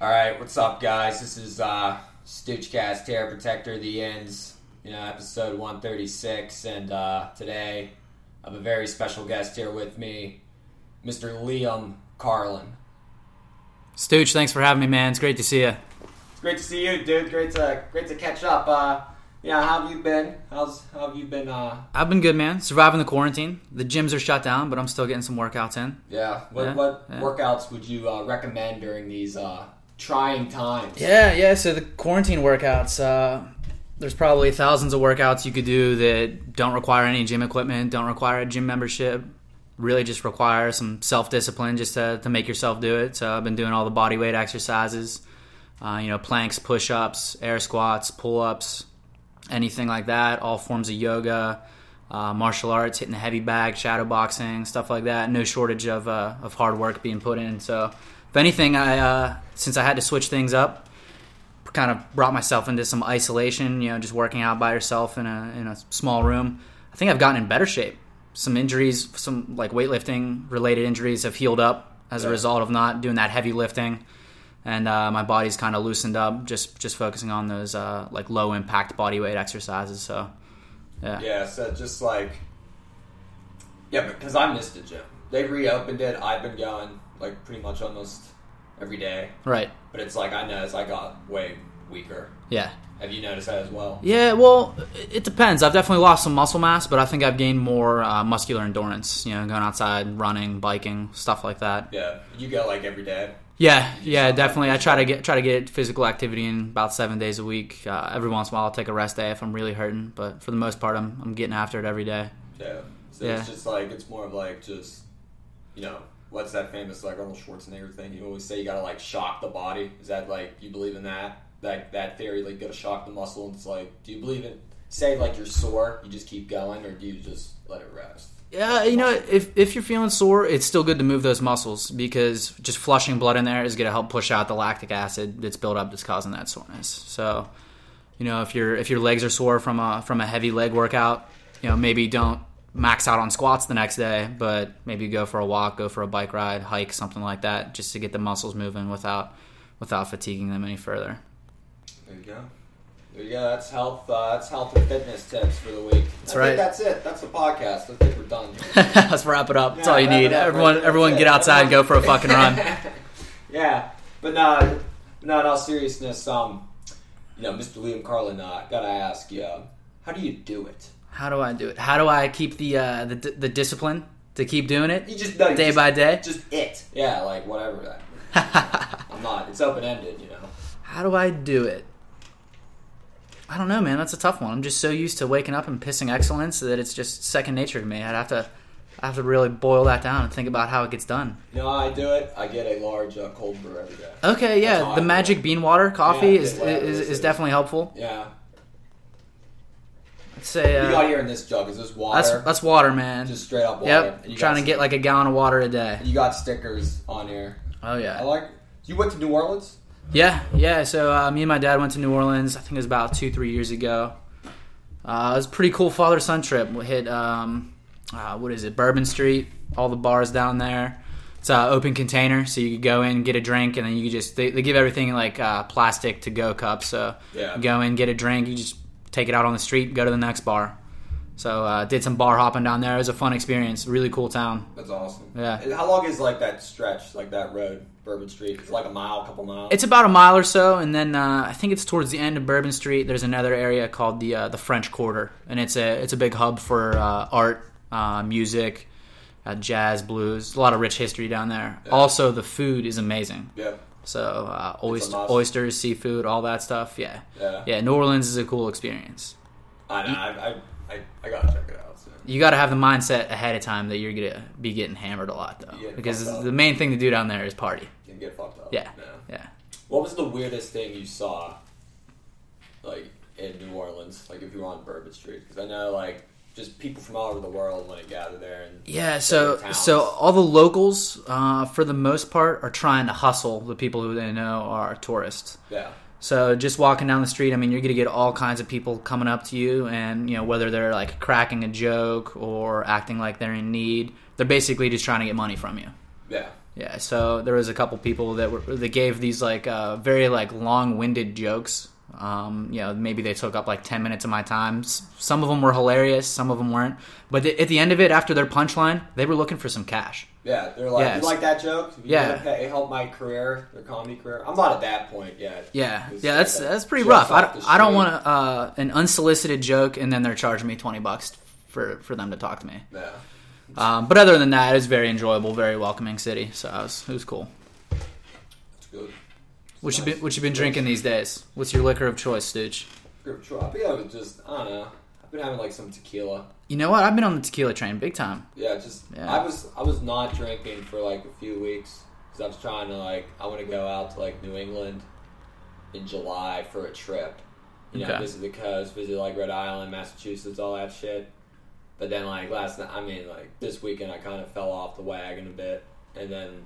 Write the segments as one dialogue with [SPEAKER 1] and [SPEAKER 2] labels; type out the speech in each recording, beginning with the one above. [SPEAKER 1] All right, what's up, guys? This is uh, Stoochcast Terror Protector of the Ends, you know, episode 136, and uh, today I have a very special guest here with me, Mr. Liam Carlin.
[SPEAKER 2] Stooch, thanks for having me, man. It's great to see you.
[SPEAKER 1] It's great to see you, dude. Great to great to catch up. Uh, yeah, how have you been? How's how have you been? Uh,
[SPEAKER 2] I've been good, man. Surviving the quarantine. The gyms are shut down, but I'm still getting some workouts in.
[SPEAKER 1] yeah, what,
[SPEAKER 2] Yeah,
[SPEAKER 1] what
[SPEAKER 2] yeah.
[SPEAKER 1] workouts would you uh, recommend during these uh, trying times?
[SPEAKER 2] Yeah, yeah. So the quarantine workouts, uh, there's probably thousands of workouts you could do that don't require any gym equipment, don't require a gym membership. Really, just require some self discipline just to, to make yourself do it. So I've been doing all the body weight exercises, uh, you know, planks, push ups, air squats, pull ups, anything like that. All forms of yoga, uh, martial arts, hitting the heavy bag, shadow boxing, stuff like that. No shortage of uh, of hard work being put in. So, if anything, I uh, since I had to switch things up, kind of brought myself into some isolation. You know, just working out by yourself in a in a small room. I think I've gotten in better shape. Some injuries, some like weightlifting related injuries, have healed up as a
[SPEAKER 1] Yeah.
[SPEAKER 2] result of not doing that heavy lifting. And uh, my body's kind of loosened up, just just focusing on those uh, like low impact body weight exercises. So
[SPEAKER 1] Yeah, so just like Yeah, because I missed the gym. They reopened it. I've been going like pretty much almost every day.
[SPEAKER 2] right,
[SPEAKER 1] But it's like I noticed I got way weaker.
[SPEAKER 2] yeah.
[SPEAKER 1] Have you noticed that as well?
[SPEAKER 2] Yeah, well, it- it depends. I've definitely lost some muscle mass, but I think I've gained more uh, muscular endurance. You know, going outside, running, biking, stuff like that.
[SPEAKER 1] Yeah. You go like every day.
[SPEAKER 2] Yeah, yeah, definitely. I try to get try to get physical activity in about seven days a week. Uh, every once in a while, I'll take a rest day if I'm really hurting, but for the most part, I'm I'm getting after it every day.
[SPEAKER 1] Yeah. So
[SPEAKER 2] Yeah.
[SPEAKER 1] it's just like it's more of like just you know, what's that famous like Arnold Schwarzenegger thing? You always say you gotta like shock the body. Is that like you believe in that? Like that theory, like you gotta shock the muscle and it's like do you believe in say like you're sore, you just keep going or do you just let it rest?
[SPEAKER 2] Yeah, you know, if if you're feeling sore, it's still good to move those muscles because just flushing blood in there is going to help push out the lactic acid that's built up that's causing that soreness. So, you know, if your if your legs are sore from a from a heavy leg workout, you know, maybe don't max out on squats the next day, but maybe go for a walk, go for a bike ride, hike, something like that, just to get the muscles moving without without fatiguing them any further.
[SPEAKER 1] There you go. There you go. That's health. Uh, that's health and fitness tips for the week. That's
[SPEAKER 2] right.
[SPEAKER 1] that's it. That's the podcast. I think we're done.
[SPEAKER 2] Let's wrap it up. that's all you need. Everyone everyone get outside and go for a fucking run.
[SPEAKER 1] yeah, but no, no. In all seriousness, um, you know, Mr. Liam Carlin, uh, gotta ask you, uh, how do you do it?
[SPEAKER 2] How do I do it? How do I keep the uh, the, the discipline to keep doing it
[SPEAKER 1] You just no, you
[SPEAKER 2] day
[SPEAKER 1] just,
[SPEAKER 2] by day?
[SPEAKER 1] just it. Yeah, like whatever. That,
[SPEAKER 2] How
[SPEAKER 1] I'm not. It's open ended, you know.
[SPEAKER 2] do I do it? I don't know, man. That's a tough one. I'm just so used to waking up and pissing excellence that it's just second nature to me. I'd have to, I have to really boil that down and think about how it gets done.
[SPEAKER 1] You know, how I do it. I get a large uh, cold brew every day.
[SPEAKER 2] Okay,
[SPEAKER 1] That's how
[SPEAKER 2] yeah,
[SPEAKER 1] I
[SPEAKER 2] the
[SPEAKER 1] do
[SPEAKER 2] magic bean water coffee
[SPEAKER 1] Yeah,
[SPEAKER 2] is,
[SPEAKER 1] yeah,
[SPEAKER 2] is,
[SPEAKER 1] this
[SPEAKER 2] is
[SPEAKER 1] is-
[SPEAKER 2] definitely helpful.
[SPEAKER 1] Yeah,
[SPEAKER 2] I'd say
[SPEAKER 1] you got
[SPEAKER 2] uh,
[SPEAKER 1] here in this jug. Is this water?
[SPEAKER 2] that's that's water, man.
[SPEAKER 1] just straight up water.
[SPEAKER 2] yep,
[SPEAKER 1] And you
[SPEAKER 2] trying
[SPEAKER 1] got
[SPEAKER 2] to get like a gallon of water a day.
[SPEAKER 1] You got stickers on here.
[SPEAKER 2] Oh yeah,
[SPEAKER 1] I like. You went to New Orleans.
[SPEAKER 2] Yeah, yeah. So uh, me and my dad went to New Orleans. I think it was about two, three years ago. Uh, it was a pretty cool father son trip. We hit um, uh, what is it, Bourbon Street? All the bars down there. It's an open container, so you could go in, get a drink, and then you could just they, they give everything in, like uh, plastic to go cups. So
[SPEAKER 1] Yeah.
[SPEAKER 2] you go in, get a drink, you just take it out on the street, go to the next bar. So uh, did some bar hopping down there. It was a fun experience. Really cool town.
[SPEAKER 1] That's awesome.
[SPEAKER 2] Yeah.
[SPEAKER 1] And how long is like that stretch, like that road, Bourbon Street? It's like a mile, couple miles.
[SPEAKER 2] It's about a mile or so, and then uh, I think it's towards the end of Bourbon Street. There's another area called the uh, the French Quarter, and it's a it's a big hub for uh, art, uh, music, uh, jazz, blues. A lot of rich history down there. Also, the food is amazing.
[SPEAKER 1] yeah.
[SPEAKER 2] So uh, oyster,
[SPEAKER 1] must.
[SPEAKER 2] oysters, seafood, all that stuff. Yeah.
[SPEAKER 1] Yeah.
[SPEAKER 2] yeah. New Orleans is a cool experience.
[SPEAKER 1] I know. I, I, I, I gotta check it out soon.
[SPEAKER 2] You got to have the mindset ahead of time that you're gonna be getting hammered a lot though,
[SPEAKER 1] Yeah,
[SPEAKER 2] because
[SPEAKER 1] fucked up.
[SPEAKER 2] the main thing to do down there is party.
[SPEAKER 1] Can get fucked up.
[SPEAKER 2] Yeah. Yeah.
[SPEAKER 1] What was the weirdest thing you saw, like in New Orleans, like if you were on Bourbon Street? Because I know like just people from all over the world when I gather there and
[SPEAKER 2] Yeah,
[SPEAKER 1] different
[SPEAKER 2] so
[SPEAKER 1] towns.
[SPEAKER 2] so all the locals, uh, for the most part, are trying to hustle the people who they know are tourists.
[SPEAKER 1] yeah.
[SPEAKER 2] So just walking down the street, I mean, you're gonna get all kinds of people coming up to you, and you know whether they're like cracking a joke or acting like they're in need, they're basically just trying to get money from you.
[SPEAKER 1] Yeah.
[SPEAKER 2] Yeah, so there was a couple people that were that gave these like uh, very like long-winded jokes. Um, you know, maybe they took up like ten minutes of my time. S- Some of them were hilarious, some of them weren't. But th- at the end of it, after their punchline, they were looking for some cash.
[SPEAKER 1] Yeah, they're like,
[SPEAKER 2] Yeah,
[SPEAKER 1] you
[SPEAKER 2] it's-
[SPEAKER 1] like that joke? If you
[SPEAKER 2] Yeah.
[SPEAKER 1] wanna pay- It helped my career, their comedy career. I'm not at that point yet.
[SPEAKER 2] Yeah,
[SPEAKER 1] It's
[SPEAKER 2] yeah, that's
[SPEAKER 1] like
[SPEAKER 2] that's pretty
[SPEAKER 1] jokes
[SPEAKER 2] rough. I
[SPEAKER 1] off
[SPEAKER 2] don't,
[SPEAKER 1] the
[SPEAKER 2] I don't
[SPEAKER 1] street.
[SPEAKER 2] want uh, an unsolicited joke, and then they're charging me twenty bucks for for them to talk to me.
[SPEAKER 1] Yeah.
[SPEAKER 2] Um, but other than that, it's very enjoyable, very welcoming city. So it was, it was cool.
[SPEAKER 1] It's good.
[SPEAKER 2] What you
[SPEAKER 1] Nice.
[SPEAKER 2] been What you been drinking these days? What's your liquor of choice, Stooge?
[SPEAKER 1] Group trip. Yeah, but just I don't know. I've been having like some tequila.
[SPEAKER 2] You know what? I've been on the tequila train big time.
[SPEAKER 1] Yeah, just
[SPEAKER 2] Yeah.
[SPEAKER 1] I was I was not drinking for like a few weeks because I was trying to like I want to go out to like New England in July for a trip. You know,
[SPEAKER 2] Okay.
[SPEAKER 1] visit the coast, visit like Rhode Island, Massachusetts, all that shit. But then like last night, I mean like this weekend, I kind of fell off the wagon a bit, and then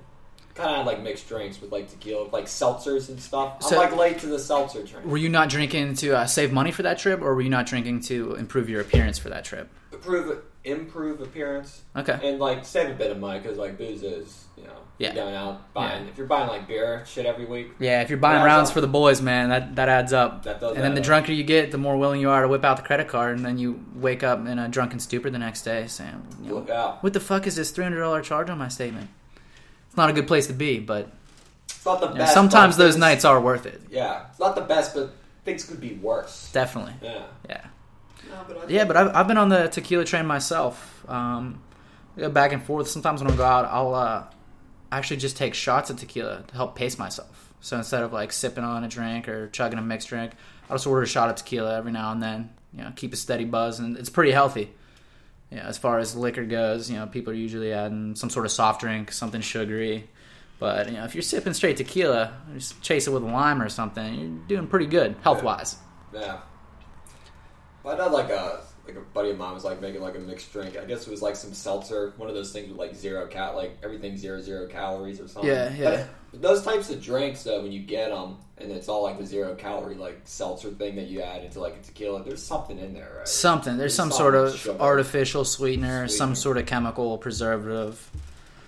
[SPEAKER 1] kind of had like mixed drinks with like tequila, like seltzers and stuff.
[SPEAKER 2] So-
[SPEAKER 1] I'm like late to the seltzer drink.
[SPEAKER 2] Were you not drinking to uh, save money for that trip, or were you not drinking to improve your appearance for that trip?
[SPEAKER 1] Improve improve appearance.
[SPEAKER 2] Okay.
[SPEAKER 1] and like save a bit of money because like booze is you know
[SPEAKER 2] Yeah.
[SPEAKER 1] you're going out buying if you're buying like beer shit every week
[SPEAKER 2] Yeah, if you're buying
[SPEAKER 1] Yeah,
[SPEAKER 2] rounds
[SPEAKER 1] so-
[SPEAKER 2] for the boys, man, that, that adds up.
[SPEAKER 1] that does
[SPEAKER 2] And then
[SPEAKER 1] add
[SPEAKER 2] the
[SPEAKER 1] up.
[SPEAKER 2] drunker you get, the more willing you are to whip out the credit card, and then you wake up in a drunken stupor the next day saying, you know,
[SPEAKER 1] look out
[SPEAKER 2] What the fuck is this $300 charge on my statement? It's not a good place to be, but
[SPEAKER 1] it's not the
[SPEAKER 2] you know,
[SPEAKER 1] best
[SPEAKER 2] sometimes
[SPEAKER 1] but
[SPEAKER 2] those
[SPEAKER 1] things-
[SPEAKER 2] nights are worth it.
[SPEAKER 1] yeah it's not the best but things could be worse
[SPEAKER 2] Definitely.
[SPEAKER 1] yeah
[SPEAKER 2] Yeah.
[SPEAKER 1] no, but I
[SPEAKER 2] Yeah, but I've, I've been on the tequila train myself. Um, I go back and forth. Sometimes when I go out, I'll uh, actually just take shots of tequila to help pace myself. So instead of like sipping on a drink or chugging a mixed drink, I'll just order a shot of tequila every now and then. You know, keep a steady buzz, and it's pretty healthy. Yeah, as far as liquor goes, you know, people are usually adding some sort of soft drink, something sugary. But you know, if you're sipping straight tequila, just chase it with a lime or something. You're doing pretty good health wise.
[SPEAKER 1] yeah but I had like a like a buddy of mine was like making like a mixed drink I guess it was like some seltzer one of those things with like zero cal like everything zero zero calories or something
[SPEAKER 2] Yeah, yeah.
[SPEAKER 1] But- but those types of drinks, though, when you get them, and it's all like the zero calorie like seltzer thing that you add into like a tequila, there's something in there, right?
[SPEAKER 2] Something. There's some
[SPEAKER 1] Some
[SPEAKER 2] sort of
[SPEAKER 1] sugar.
[SPEAKER 2] artificial sweetener, some
[SPEAKER 1] Sweetener.
[SPEAKER 2] sort of chemical preservative.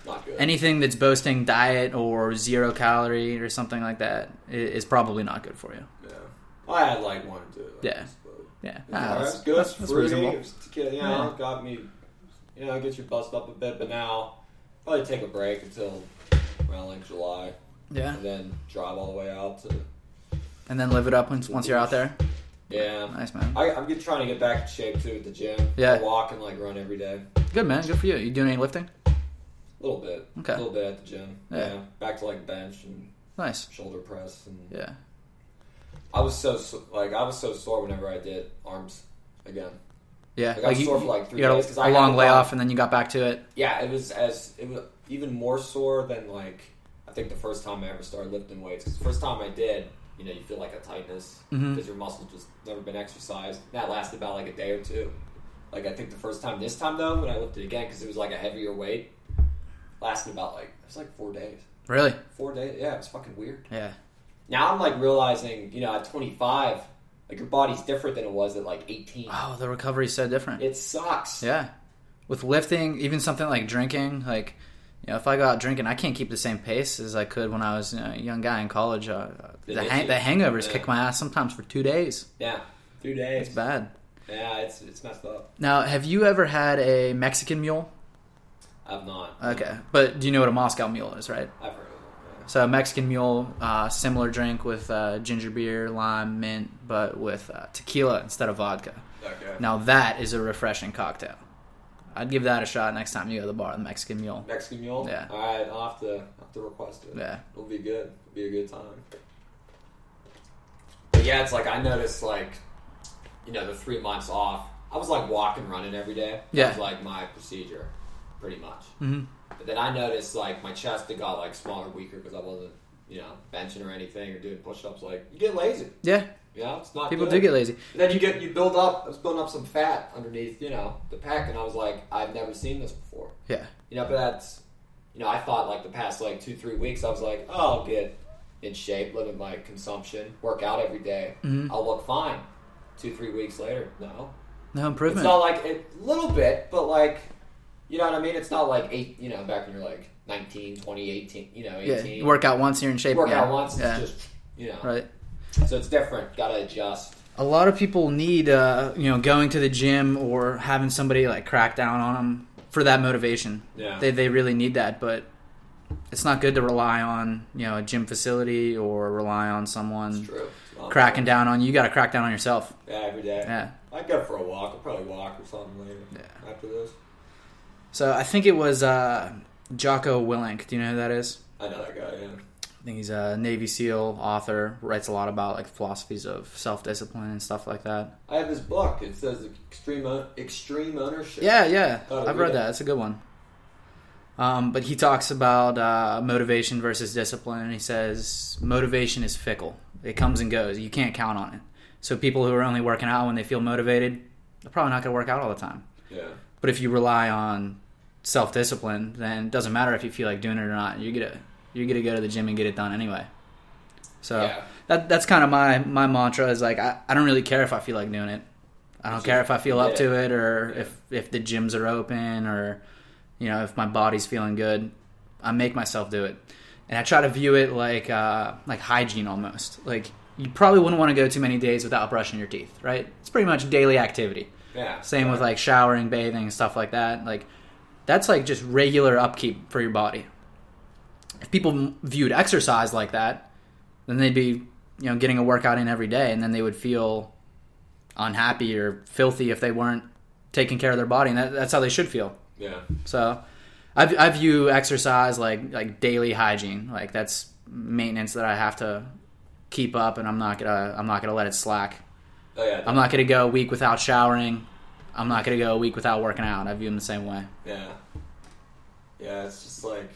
[SPEAKER 1] Not good.
[SPEAKER 2] Anything that's boasting diet or zero calorie or something like that i- is probably not good for you.
[SPEAKER 1] yeah. Well, I had like one or two. Like,
[SPEAKER 2] Yeah. Yeah. Ah,
[SPEAKER 1] it
[SPEAKER 2] that's,
[SPEAKER 1] was good.
[SPEAKER 2] that's- that's
[SPEAKER 1] fruity. It
[SPEAKER 2] reasonable.
[SPEAKER 1] was tequila, you know, got me. You know, get you bust up a bit, but now probably take a break until around like July,
[SPEAKER 2] Yeah.
[SPEAKER 1] and then drive all the way out to.
[SPEAKER 2] And then live it up once, once you're out there.
[SPEAKER 1] Yeah.
[SPEAKER 2] Nice, man.
[SPEAKER 1] I, I'm get, trying to get back in shape too at the gym.
[SPEAKER 2] Yeah.
[SPEAKER 1] I walk and like run every day.
[SPEAKER 2] Good, man. Good for you. You doing any lifting?
[SPEAKER 1] A little bit.
[SPEAKER 2] Okay.
[SPEAKER 1] A little bit at the gym.
[SPEAKER 2] Yeah.
[SPEAKER 1] Back to like bench and
[SPEAKER 2] Nice.
[SPEAKER 1] shoulder press and
[SPEAKER 2] Yeah.
[SPEAKER 1] I was so so- like I was so sore whenever I did arms again.
[SPEAKER 2] Yeah.
[SPEAKER 1] Like, I
[SPEAKER 2] Like
[SPEAKER 1] was sore
[SPEAKER 2] you,
[SPEAKER 1] for like three
[SPEAKER 2] you got
[SPEAKER 1] days 'cause
[SPEAKER 2] a,
[SPEAKER 1] I
[SPEAKER 2] a
[SPEAKER 1] had
[SPEAKER 2] long
[SPEAKER 1] a
[SPEAKER 2] layoff and then you got back to it.
[SPEAKER 1] Yeah, it was as it was even more sore than like I think the first time I ever started lifting weights. 'Cause the first time I did, you know, you feel like a tightness because
[SPEAKER 2] Mhm.
[SPEAKER 1] your muscles just never been exercised. That lasted about like a day or two. Like I think the first time this time though, when I lifted again because it was like a heavier weight, lasted about like it was like four days.
[SPEAKER 2] Really?
[SPEAKER 1] Four days, yeah, it was fucking weird.
[SPEAKER 2] Yeah.
[SPEAKER 1] Now I'm like realizing, you know, at 25, like your body's different than it was at like 18.
[SPEAKER 2] Oh, the recovery's so different.
[SPEAKER 1] It sucks.
[SPEAKER 2] Yeah. With lifting, even something like drinking, like, you know, if I go out drinking, I can't keep the same pace as I could when I was you know, a young guy in college. Uh, the,
[SPEAKER 1] It
[SPEAKER 2] hang-
[SPEAKER 1] is.
[SPEAKER 2] the hangovers
[SPEAKER 1] Yeah.
[SPEAKER 2] kick my ass sometimes for two days.
[SPEAKER 1] Yeah, three days.
[SPEAKER 2] It's bad.
[SPEAKER 1] Yeah, it's it's messed up.
[SPEAKER 2] Now, have you ever had a Mexican mule?
[SPEAKER 1] I've not.
[SPEAKER 2] Okay. But do you know what a Moscow mule is, right?
[SPEAKER 1] I've heard of it.
[SPEAKER 2] So, a Mexican mule, uh, similar drink with uh, ginger beer, lime, mint, but with uh, tequila instead of vodka.
[SPEAKER 1] yeah. Okay.
[SPEAKER 2] Now, that is a refreshing cocktail. I'd give that a shot next time you go to the bar, the Mexican mule.
[SPEAKER 1] Mexican mule.
[SPEAKER 2] Yeah.
[SPEAKER 1] All right, I'll have to I'll have to request it.
[SPEAKER 2] Yeah.
[SPEAKER 1] It'll be good. It'll be a good time. But yeah, it's like I noticed like, you know, the three months off, I was like walking, running every day.
[SPEAKER 2] Yeah.
[SPEAKER 1] That was like my procedure, pretty much.
[SPEAKER 2] hmm
[SPEAKER 1] But then I noticed like my chest had got like smaller, weaker because I wasn't, you know, benching or anything or doing push-ups. Like you get lazy.
[SPEAKER 2] Yeah,
[SPEAKER 1] You know, it's not
[SPEAKER 2] people
[SPEAKER 1] good.
[SPEAKER 2] do get lazy.
[SPEAKER 1] And then you get you build up. I was building up some fat underneath, you know, the pack, and I was like, I've never seen this before.
[SPEAKER 2] Yeah.
[SPEAKER 1] You know, but that's, you know, I thought like the past like two three weeks, I was like, oh, I'll get in shape, limit my consumption, work out every day.
[SPEAKER 2] Mhm.
[SPEAKER 1] I'll look fine. Two three weeks later, no,
[SPEAKER 2] No
[SPEAKER 1] it's
[SPEAKER 2] improvement.
[SPEAKER 1] not like a little bit, but like, you know what I mean. It's not like eight. You know, back when you're like 19, 20, 18, you know, 18.
[SPEAKER 2] Yeah, you work out once, you're in shape.
[SPEAKER 1] Work
[SPEAKER 2] yeah.
[SPEAKER 1] out once,
[SPEAKER 2] Yeah.
[SPEAKER 1] it's just, you know.
[SPEAKER 2] right.
[SPEAKER 1] So it's different. Got to adjust.
[SPEAKER 2] A lot of people need, uh, you know, going to the gym or having somebody like crack down on them for that motivation.
[SPEAKER 1] Yeah.
[SPEAKER 2] They they really need that, but it's not good to rely on you know a gym facility or rely on
[SPEAKER 1] it's
[SPEAKER 2] someone
[SPEAKER 1] true. Um,
[SPEAKER 2] cracking down on you. You got to crack down on yourself.
[SPEAKER 1] Yeah, every day.
[SPEAKER 2] Yeah.
[SPEAKER 1] I'd go for a walk. I'll probably walk or something later
[SPEAKER 2] Yeah.
[SPEAKER 1] after this.
[SPEAKER 2] So I think it was uh, Jocko Willink. Do you know who that is?
[SPEAKER 1] I know that guy, yeah.
[SPEAKER 2] I think he's a Navy SEAL author. Writes a lot about like philosophies of self discipline and stuff like that.
[SPEAKER 1] I have his book. It says extreme o- extreme ownership.
[SPEAKER 2] Yeah, yeah,
[SPEAKER 1] Gotta
[SPEAKER 2] I've
[SPEAKER 1] read
[SPEAKER 2] read
[SPEAKER 1] it.
[SPEAKER 2] that. It's a good one. Um, but he talks about uh, motivation versus discipline, and he says motivation is fickle. It comes and goes. You can't count on it. So people who are only working out when they feel motivated, they're probably not going to work out all the time.
[SPEAKER 1] Yeah.
[SPEAKER 2] But if you rely on self discipline, then it doesn't matter if you feel like doing it or not. You're gonna you're gonna go to the gym and get it done anyway. So
[SPEAKER 1] Yeah.
[SPEAKER 2] that that's kind of my my mantra is like I, I don't really care if I feel like doing it. I don't
[SPEAKER 1] It's
[SPEAKER 2] care
[SPEAKER 1] just-
[SPEAKER 2] if I feel up
[SPEAKER 1] yeah.
[SPEAKER 2] to it or
[SPEAKER 1] Yeah.
[SPEAKER 2] if if the gyms are open or you know if my body's feeling good. I make myself do it, and I try to view it like uh, like hygiene almost. Like you probably wouldn't want to go too many days without brushing your teeth, right? It's pretty much daily activity.
[SPEAKER 1] Yeah.
[SPEAKER 2] Same with like showering, bathing, and stuff like that. Like that's like just regular upkeep for your body. If people m- viewed exercise like that, then they'd be you know getting a workout in every day, and then they would feel unhappy or filthy if they weren't taking care of their body, and that, that's how they should feel.
[SPEAKER 1] Yeah.
[SPEAKER 2] So I, I view exercise like like daily hygiene, like that's maintenance that I have to keep up, and I'm not gonna I'm not gonna let it slack.
[SPEAKER 1] Oh, yeah.
[SPEAKER 2] I'm not going to go a week without showering. I'm not going to go a week without working out. I view them the same way.
[SPEAKER 1] Yeah. Yeah, it's just like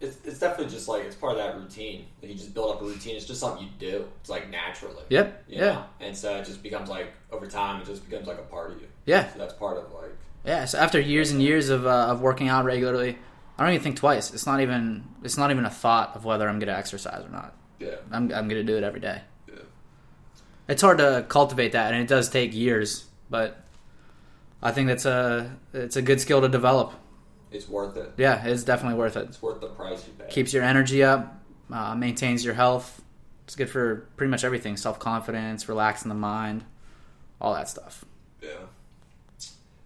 [SPEAKER 1] it's it's definitely just like it's part of that routine. Like you just build up a routine. It's just something you do. It's like naturally.
[SPEAKER 2] Yep.
[SPEAKER 1] you
[SPEAKER 2] Yeah.
[SPEAKER 1] know? And so it just becomes like over time it just becomes like a part of you.
[SPEAKER 2] Yeah.
[SPEAKER 1] So that's part of like
[SPEAKER 2] Yeah. So after years and years of, uh, of working out regularly, I don't even think twice. It's not even it's not even a thought of whether I'm going to exercise or not.
[SPEAKER 1] Yeah.
[SPEAKER 2] I'm I'm going to do it every day.
[SPEAKER 1] Yeah.
[SPEAKER 2] It's hard to cultivate that, and it does take years. But I think that's a it's a good skill to develop.
[SPEAKER 1] It's worth it.
[SPEAKER 2] Yeah, it's definitely worth it.
[SPEAKER 1] It's worth the price you pay.
[SPEAKER 2] Keeps your energy up, uh, maintains your health. It's good for pretty much everything: self confidence, relaxing the mind, all that stuff.
[SPEAKER 1] Yeah.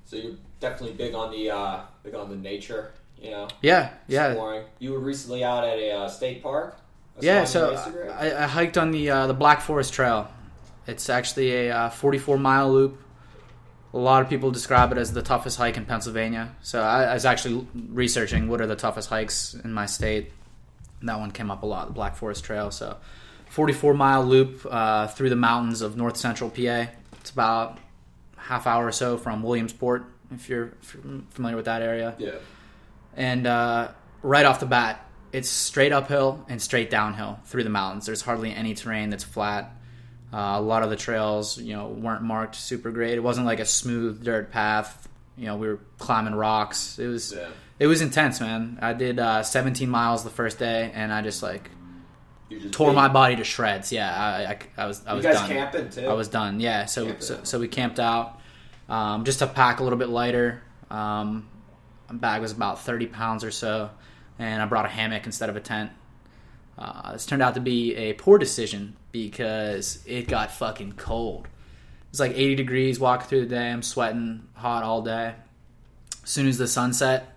[SPEAKER 1] So you're definitely big on the uh big on the nature, you know.
[SPEAKER 2] Yeah, yeah,
[SPEAKER 1] Exploring. You were recently out at a uh, state park. I saw
[SPEAKER 2] yeah.
[SPEAKER 1] on
[SPEAKER 2] So
[SPEAKER 1] your Instagram.
[SPEAKER 2] I, I hiked on the uh, the Black Forest Trail. It's actually a uh, 44 mile loop. A lot of people describe it as the toughest hike in Pennsylvania. So I, I was actually researching what are the toughest hikes in my state. And that one came up a lot, the Black Forest Trail. So 44 mile loop uh, through the mountains of north central PA. It's about half hour or so from Williamsport, if you're f- familiar with that area.
[SPEAKER 1] yeah.
[SPEAKER 2] and uh, right off the bat, it's straight uphill and straight downhill through the mountains. There's hardly any terrain that's flat. Uh, a lot of the trails, you know, weren't marked super great. It wasn't like a smooth dirt path. You know, we were climbing rocks. It was
[SPEAKER 1] Yeah.
[SPEAKER 2] it was intense, man. I did uh, 17 miles the first day, and I just like
[SPEAKER 1] You just
[SPEAKER 2] tore
[SPEAKER 1] big.
[SPEAKER 2] my body to shreds. Yeah, I, I, I was I
[SPEAKER 1] You
[SPEAKER 2] was
[SPEAKER 1] guys
[SPEAKER 2] done.
[SPEAKER 1] camping too.
[SPEAKER 2] I was done. Yeah, so
[SPEAKER 1] Camped
[SPEAKER 2] so,
[SPEAKER 1] out.
[SPEAKER 2] so we camped out um, just to pack a little bit lighter. Um, my bag was about thirty pounds or so, and I brought a hammock instead of a tent. Uh, this turned out to be a poor decision because it got fucking cold. It's like 80 degrees walking through the day. I'm sweating hot all day. As soon as the sun set,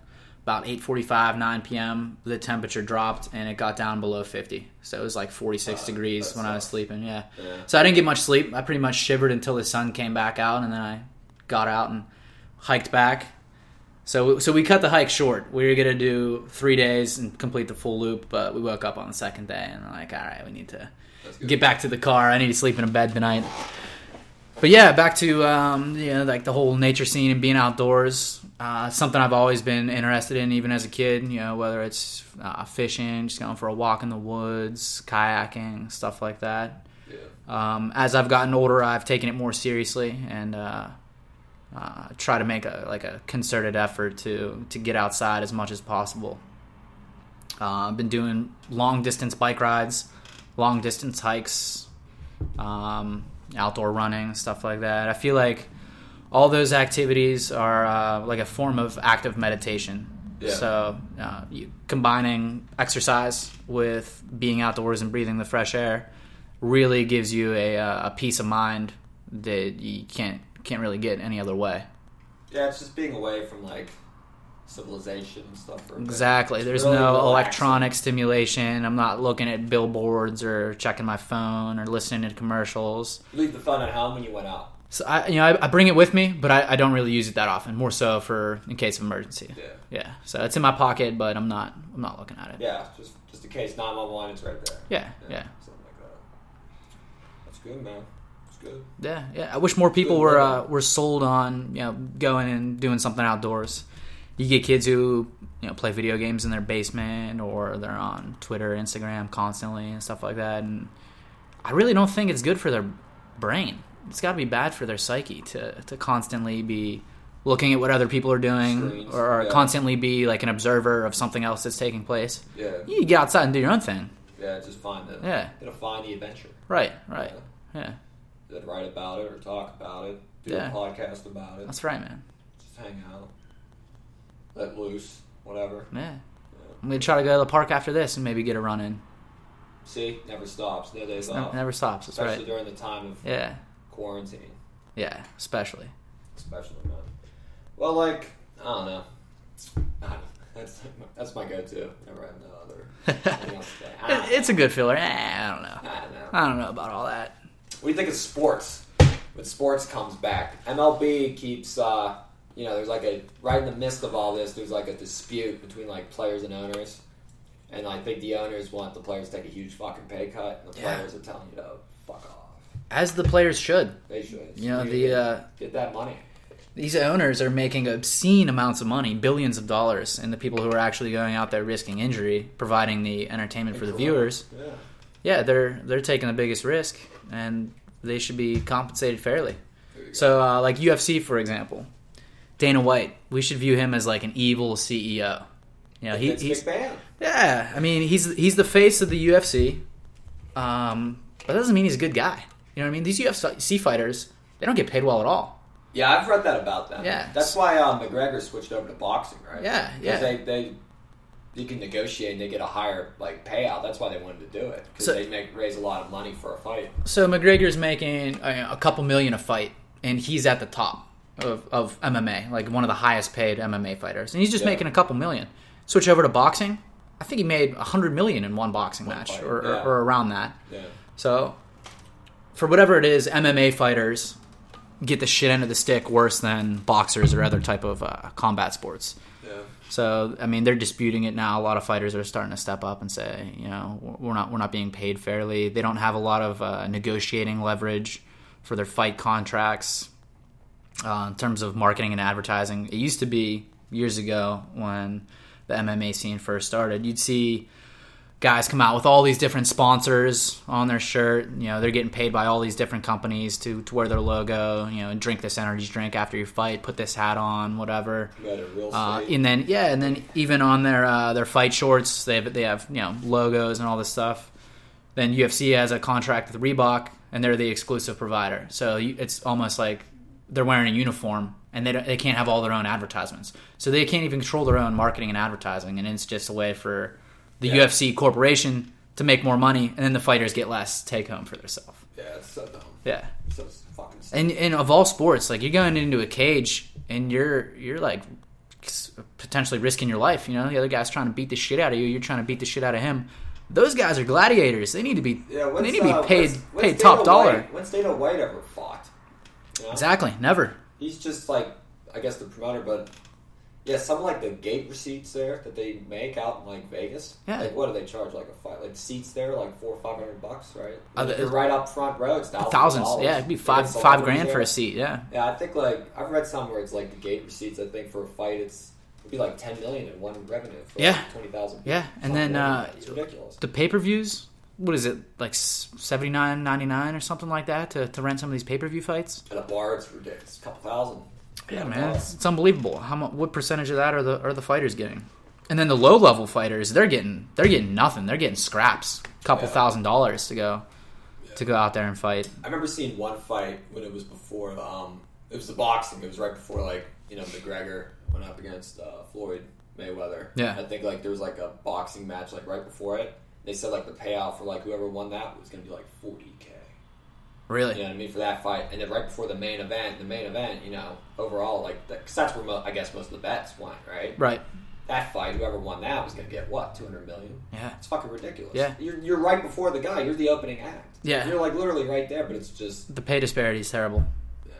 [SPEAKER 2] about 8:45, 9 p.m., the temperature dropped and it got down below 50. So it was like 46
[SPEAKER 1] Wow,
[SPEAKER 2] degrees
[SPEAKER 1] that
[SPEAKER 2] when I was
[SPEAKER 1] sucks.
[SPEAKER 2] sleeping. Yeah.
[SPEAKER 1] Yeah.
[SPEAKER 2] So I didn't get much sleep. I pretty much shivered until the sun came back out, and then I got out and hiked back. So so we cut the hike short. We were gonna do three days and complete the full loop, but we woke up on the second day and like, all right, we need to
[SPEAKER 1] That's good.
[SPEAKER 2] get back to the car. I need to sleep in a bed tonight. But yeah, back to um, you know like the whole nature scene and being outdoors. Uh, something I've always been interested in, even as a kid. You know, whether it's uh, fishing, just going for a walk in the woods, kayaking, stuff like that.
[SPEAKER 1] Yeah.
[SPEAKER 2] Um, as I've gotten older, I've taken it more seriously and uh, uh, try to make a like a concerted effort to to get outside as much as possible. Uh, I've been doing long distance bike rides, long distance hikes, um, outdoor running, stuff like that. I feel like all those activities are uh, like a form of active meditation.
[SPEAKER 1] Yeah.
[SPEAKER 2] So uh, you, combining exercise with being outdoors and breathing the fresh air really gives you a, uh, a peace of mind that you can't can't really get any other way.
[SPEAKER 1] Yeah, it's just being away from like civilization and stuff. For a bit.
[SPEAKER 2] Exactly.
[SPEAKER 1] It's
[SPEAKER 2] There's
[SPEAKER 1] really
[SPEAKER 2] no
[SPEAKER 1] relaxing.
[SPEAKER 2] electronic stimulation. I'm not looking at billboards or checking my phone or listening to commercials.
[SPEAKER 1] Leave the fun at home when you went out.
[SPEAKER 2] So I, you know, I, I bring it with me, but I, I don't really use it that often. More so for in case of emergency.
[SPEAKER 1] Yeah.
[SPEAKER 2] Yeah. So it's in my pocket, but I'm not. I'm not looking at it.
[SPEAKER 1] Yeah, just just in case nine one one, it's right there.
[SPEAKER 2] Yeah. Yeah.
[SPEAKER 1] Something like that. That's good, man. That's good.
[SPEAKER 2] Yeah, yeah. I wish more people were uh, were sold on you know going and doing something outdoors. You get kids who you know play video games in their basement or they're on Twitter, Instagram constantly and stuff like that. And I really don't think it's good for their brain. It's got to be bad for their psyche to to constantly be looking at what other people are doing
[SPEAKER 1] Screens,
[SPEAKER 2] or
[SPEAKER 1] yeah.
[SPEAKER 2] constantly be like an observer of something else that's taking place.
[SPEAKER 1] Yeah,
[SPEAKER 2] You get outside and do your own thing.
[SPEAKER 1] yeah. Just find it.
[SPEAKER 2] Yeah.
[SPEAKER 1] Gotta find the adventure.
[SPEAKER 2] Right, right.
[SPEAKER 1] Yeah.
[SPEAKER 2] Yeah,
[SPEAKER 1] Then write about it or talk about it. Do
[SPEAKER 2] Yeah.
[SPEAKER 1] a podcast about it.
[SPEAKER 2] that's right, man.
[SPEAKER 1] Just hang out. Let loose. Whatever.
[SPEAKER 2] Yeah. I'm gonna try to go to the park after this and maybe get a run in.
[SPEAKER 1] See, never stops. No days
[SPEAKER 2] Never,
[SPEAKER 1] off.
[SPEAKER 2] never stops. That's
[SPEAKER 1] Oh. Especially
[SPEAKER 2] right.
[SPEAKER 1] during the time of
[SPEAKER 2] Yeah,
[SPEAKER 1] quarantine.
[SPEAKER 2] yeah, especially.
[SPEAKER 1] especially man. Well, like I don't know. I don't know. That's that's my go-to. Never had no other. anything else to say. I don't
[SPEAKER 2] It- it's a good feeler. Eh, I don't know.
[SPEAKER 1] know. I don't know.
[SPEAKER 2] I don't know about all that.
[SPEAKER 1] What do you think of sports? When sports comes back, MLB keeps. uh you know, there's like a right in the midst of all this. There's like a dispute between like players and owners, and I think the owners want the players to take a huge fucking pay cut, and the
[SPEAKER 2] Yeah.
[SPEAKER 1] players are telling you to fuck off.
[SPEAKER 2] As the players should.
[SPEAKER 1] They should.
[SPEAKER 2] You know the uh,
[SPEAKER 1] get that money.
[SPEAKER 2] these owners are making obscene amounts of money, billions of dollars, and the people who are actually going out there risking injury, providing the entertainment for the viewers.
[SPEAKER 1] Yeah.
[SPEAKER 2] Yeah, they're they're taking the biggest risk, and they should be compensated fairly.
[SPEAKER 1] There you go.
[SPEAKER 2] So, uh, like UFC, for example, Dana White, we should view him as like an evil CEO. You know, he,
[SPEAKER 1] Vince
[SPEAKER 2] he's
[SPEAKER 1] McMahon.
[SPEAKER 2] yeah. I mean, he's he's the face of the UFC, um, but that doesn't mean he's a good guy. You know what I mean? These UFC fighters, they don't get paid well at all.
[SPEAKER 1] Yeah, I've read that about them.
[SPEAKER 2] Yeah.
[SPEAKER 1] that's why uh, McGregor switched over to boxing, right?
[SPEAKER 2] Yeah,
[SPEAKER 1] 'Cause
[SPEAKER 2] yeah.
[SPEAKER 1] They they you can negotiate and they get a higher like payout. That's why they wanted to do it because
[SPEAKER 2] So-
[SPEAKER 1] they make raise a lot of money for a fight.
[SPEAKER 2] So McGregor's making uh, a couple million a fight, and he's at the top of, of MMA, like one of the highest paid MMA fighters, and he's just
[SPEAKER 1] Yeah.
[SPEAKER 2] making a couple million. Switch over to boxing. I think he made a hundred million in one boxing match,
[SPEAKER 1] fight,
[SPEAKER 2] or,
[SPEAKER 1] yeah.
[SPEAKER 2] or, or around that.
[SPEAKER 1] Yeah,
[SPEAKER 2] So, for whatever it is, MMA fighters get the shit end of the stick worse than boxers or other type of uh, combat sports.
[SPEAKER 1] yeah,
[SPEAKER 2] So, I mean, they're disputing it now. A lot of fighters are starting to step up and say, you know, we're not we're not being paid fairly. They don't have a lot of uh, negotiating leverage for their fight contracts uh, in terms of marketing and advertising. It used to be years ago when the MMA scene first started. You'd see guys come out with all these different sponsors on their shirt. You know, they're getting paid by all these different companies to, to wear their logo, you know, and drink this energy drink after your fight, put this hat on, whatever.
[SPEAKER 1] you had a real
[SPEAKER 2] Uh,
[SPEAKER 1] fight.
[SPEAKER 2] and then yeah, and then even on their uh, their fight shorts, they have, they have you know logos and all this stuff. Then UFC has a contract with Reebok, and they're the exclusive provider. So you, it's almost like they're wearing a uniform, and they don't, they can't have all their own advertisements. So they can't even control their own marketing and advertising, and it's just a way for the
[SPEAKER 1] Yeah.
[SPEAKER 2] UFC corporation to make more money, and then the fighters get less take home for themselves.
[SPEAKER 1] yeah, it's so dumb,
[SPEAKER 2] Yeah.
[SPEAKER 1] so fucking. Stupid.
[SPEAKER 2] And and of all sports, like you're going into a cage and you're you're like s- potentially risking your life. You know, the other guy's trying to beat the shit out of you. You're trying to beat the shit out of him. Those guys are gladiators. They need to be
[SPEAKER 1] Yeah, when's,
[SPEAKER 2] they need to be
[SPEAKER 1] uh,
[SPEAKER 2] paid
[SPEAKER 1] when's- when's
[SPEAKER 2] paid top
[SPEAKER 1] Dana
[SPEAKER 2] dollar.
[SPEAKER 1] White, when's Dana White ever fought? You know?
[SPEAKER 2] Exactly. Never.
[SPEAKER 1] He's just like I guess the promoter, but yeah, some like the gate receipts there that they make out in like Vegas.
[SPEAKER 2] Yeah.
[SPEAKER 1] Like what do they charge like a fight? Like seats there are, like four or five hundred bucks, right?
[SPEAKER 2] Uh,
[SPEAKER 1] And if
[SPEAKER 2] the-
[SPEAKER 1] you're right up front row, it's thousands.
[SPEAKER 2] Thousands. Yeah, it'd be five five grand for a
[SPEAKER 1] seat.
[SPEAKER 2] seat. Yeah.
[SPEAKER 1] Yeah, I think like I've read somewhere it's like the gate receipts. I think for a fight, it's it'd be like ten million in one revenue. For
[SPEAKER 2] Yeah.
[SPEAKER 1] like twenty thousand.
[SPEAKER 2] Yeah, and then, uh,
[SPEAKER 1] it's ridiculous.
[SPEAKER 2] The pay per views. What is it like seventy nine ninety nine or something like that to, to rent some of these pay per view fights?
[SPEAKER 1] At a bar, it's ridiculous. A couple thousand.
[SPEAKER 2] Yeah,
[SPEAKER 1] Couple
[SPEAKER 2] man,
[SPEAKER 1] dollars.
[SPEAKER 2] it's, it's unbelievable. How mu- what percentage of that are the are the fighters getting? And then the low level fighters, they're getting they're getting nothing. They're getting scraps, couple
[SPEAKER 1] Yeah.
[SPEAKER 2] thousand dollars to go to go out there and fight.
[SPEAKER 1] I remember seeing one fight when it was before um it was the boxing. It was right before like you know McGregor went up against uh, Floyd Mayweather.
[SPEAKER 2] Yeah.
[SPEAKER 1] I think like there was like a boxing match like right before it. They said like the payout for like whoever won that was gonna be like forty k.
[SPEAKER 2] Really?
[SPEAKER 1] You know what I mean for that fight, and then right before the main event, the main event, you know, overall like the, cause that's where mo- I guess most of the bets went, right?
[SPEAKER 2] Right.
[SPEAKER 1] That fight, whoever won that was gonna get what two hundred million.
[SPEAKER 2] Yeah.
[SPEAKER 1] It's fucking ridiculous.
[SPEAKER 2] Yeah.
[SPEAKER 1] You're, you're right before the guy. You're the opening act.
[SPEAKER 2] Yeah.
[SPEAKER 1] You're like literally right there, but it's just
[SPEAKER 2] The pay disparity is terrible.
[SPEAKER 1] yeah.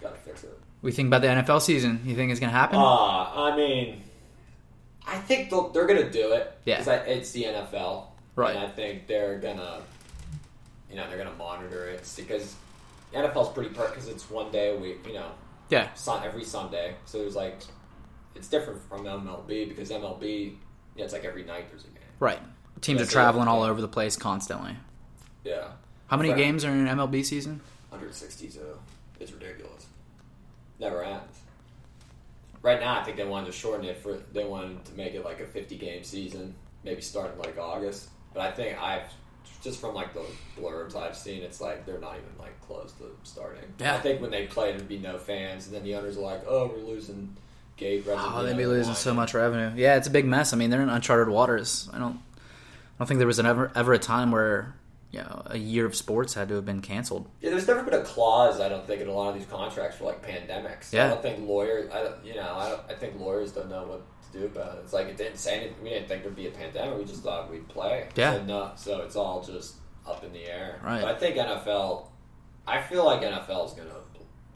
[SPEAKER 1] Gotta fix it.
[SPEAKER 2] We think about the NFL season. You think it's gonna happen?
[SPEAKER 1] Uh, I mean, I think they'll, they're going to do it.
[SPEAKER 2] Yeah.
[SPEAKER 1] 'Cause I, it's the NFL.
[SPEAKER 2] Right.
[SPEAKER 1] And I think they're going to, you know, they're going to monitor it because the NFL's pretty per because it's one day a week, you know,
[SPEAKER 2] yeah.
[SPEAKER 1] sun, every Sunday. So there's like, it's different from MLB because MLB, you know, it's like every night there's a game.
[SPEAKER 2] Right. Teams are
[SPEAKER 1] That's it.
[SPEAKER 2] traveling all over the place constantly.
[SPEAKER 1] Yeah.
[SPEAKER 2] How many
[SPEAKER 1] Fair.
[SPEAKER 2] games are in an MLB season?
[SPEAKER 1] 162. It's ridiculous. Never ends. Right now, I think they wanted to shorten it for they wanted to make it like a 50 game season, maybe starting like August. But I think I've just from like the blurbs I've seen, it's like they're not even like close to starting.
[SPEAKER 2] Yeah.
[SPEAKER 1] I think when they play, there'd be no fans, and then the owners are like, "Oh, we're losing gate revenue."
[SPEAKER 2] Oh, they'd be losing so much revenue. Yeah, it's a big mess. I mean, they're in uncharted waters. I don't, I don't think there was an ever ever a time where you know a year of sports had to have been canceled.
[SPEAKER 1] Yeah, there's never been a clause. I don't think in a lot of these contracts for like pandemics.
[SPEAKER 2] Yeah.
[SPEAKER 1] I don't think lawyers. I don't, you know, I, don't, I think lawyers don't know what to do about it. It's like it didn't say anything. We didn't think there'd be a pandemic. We just thought we'd play.
[SPEAKER 2] Yeah.
[SPEAKER 1] So, no, so it's all just up in the air.
[SPEAKER 2] Right.
[SPEAKER 1] But I think NFL. I feel like NFL's gonna.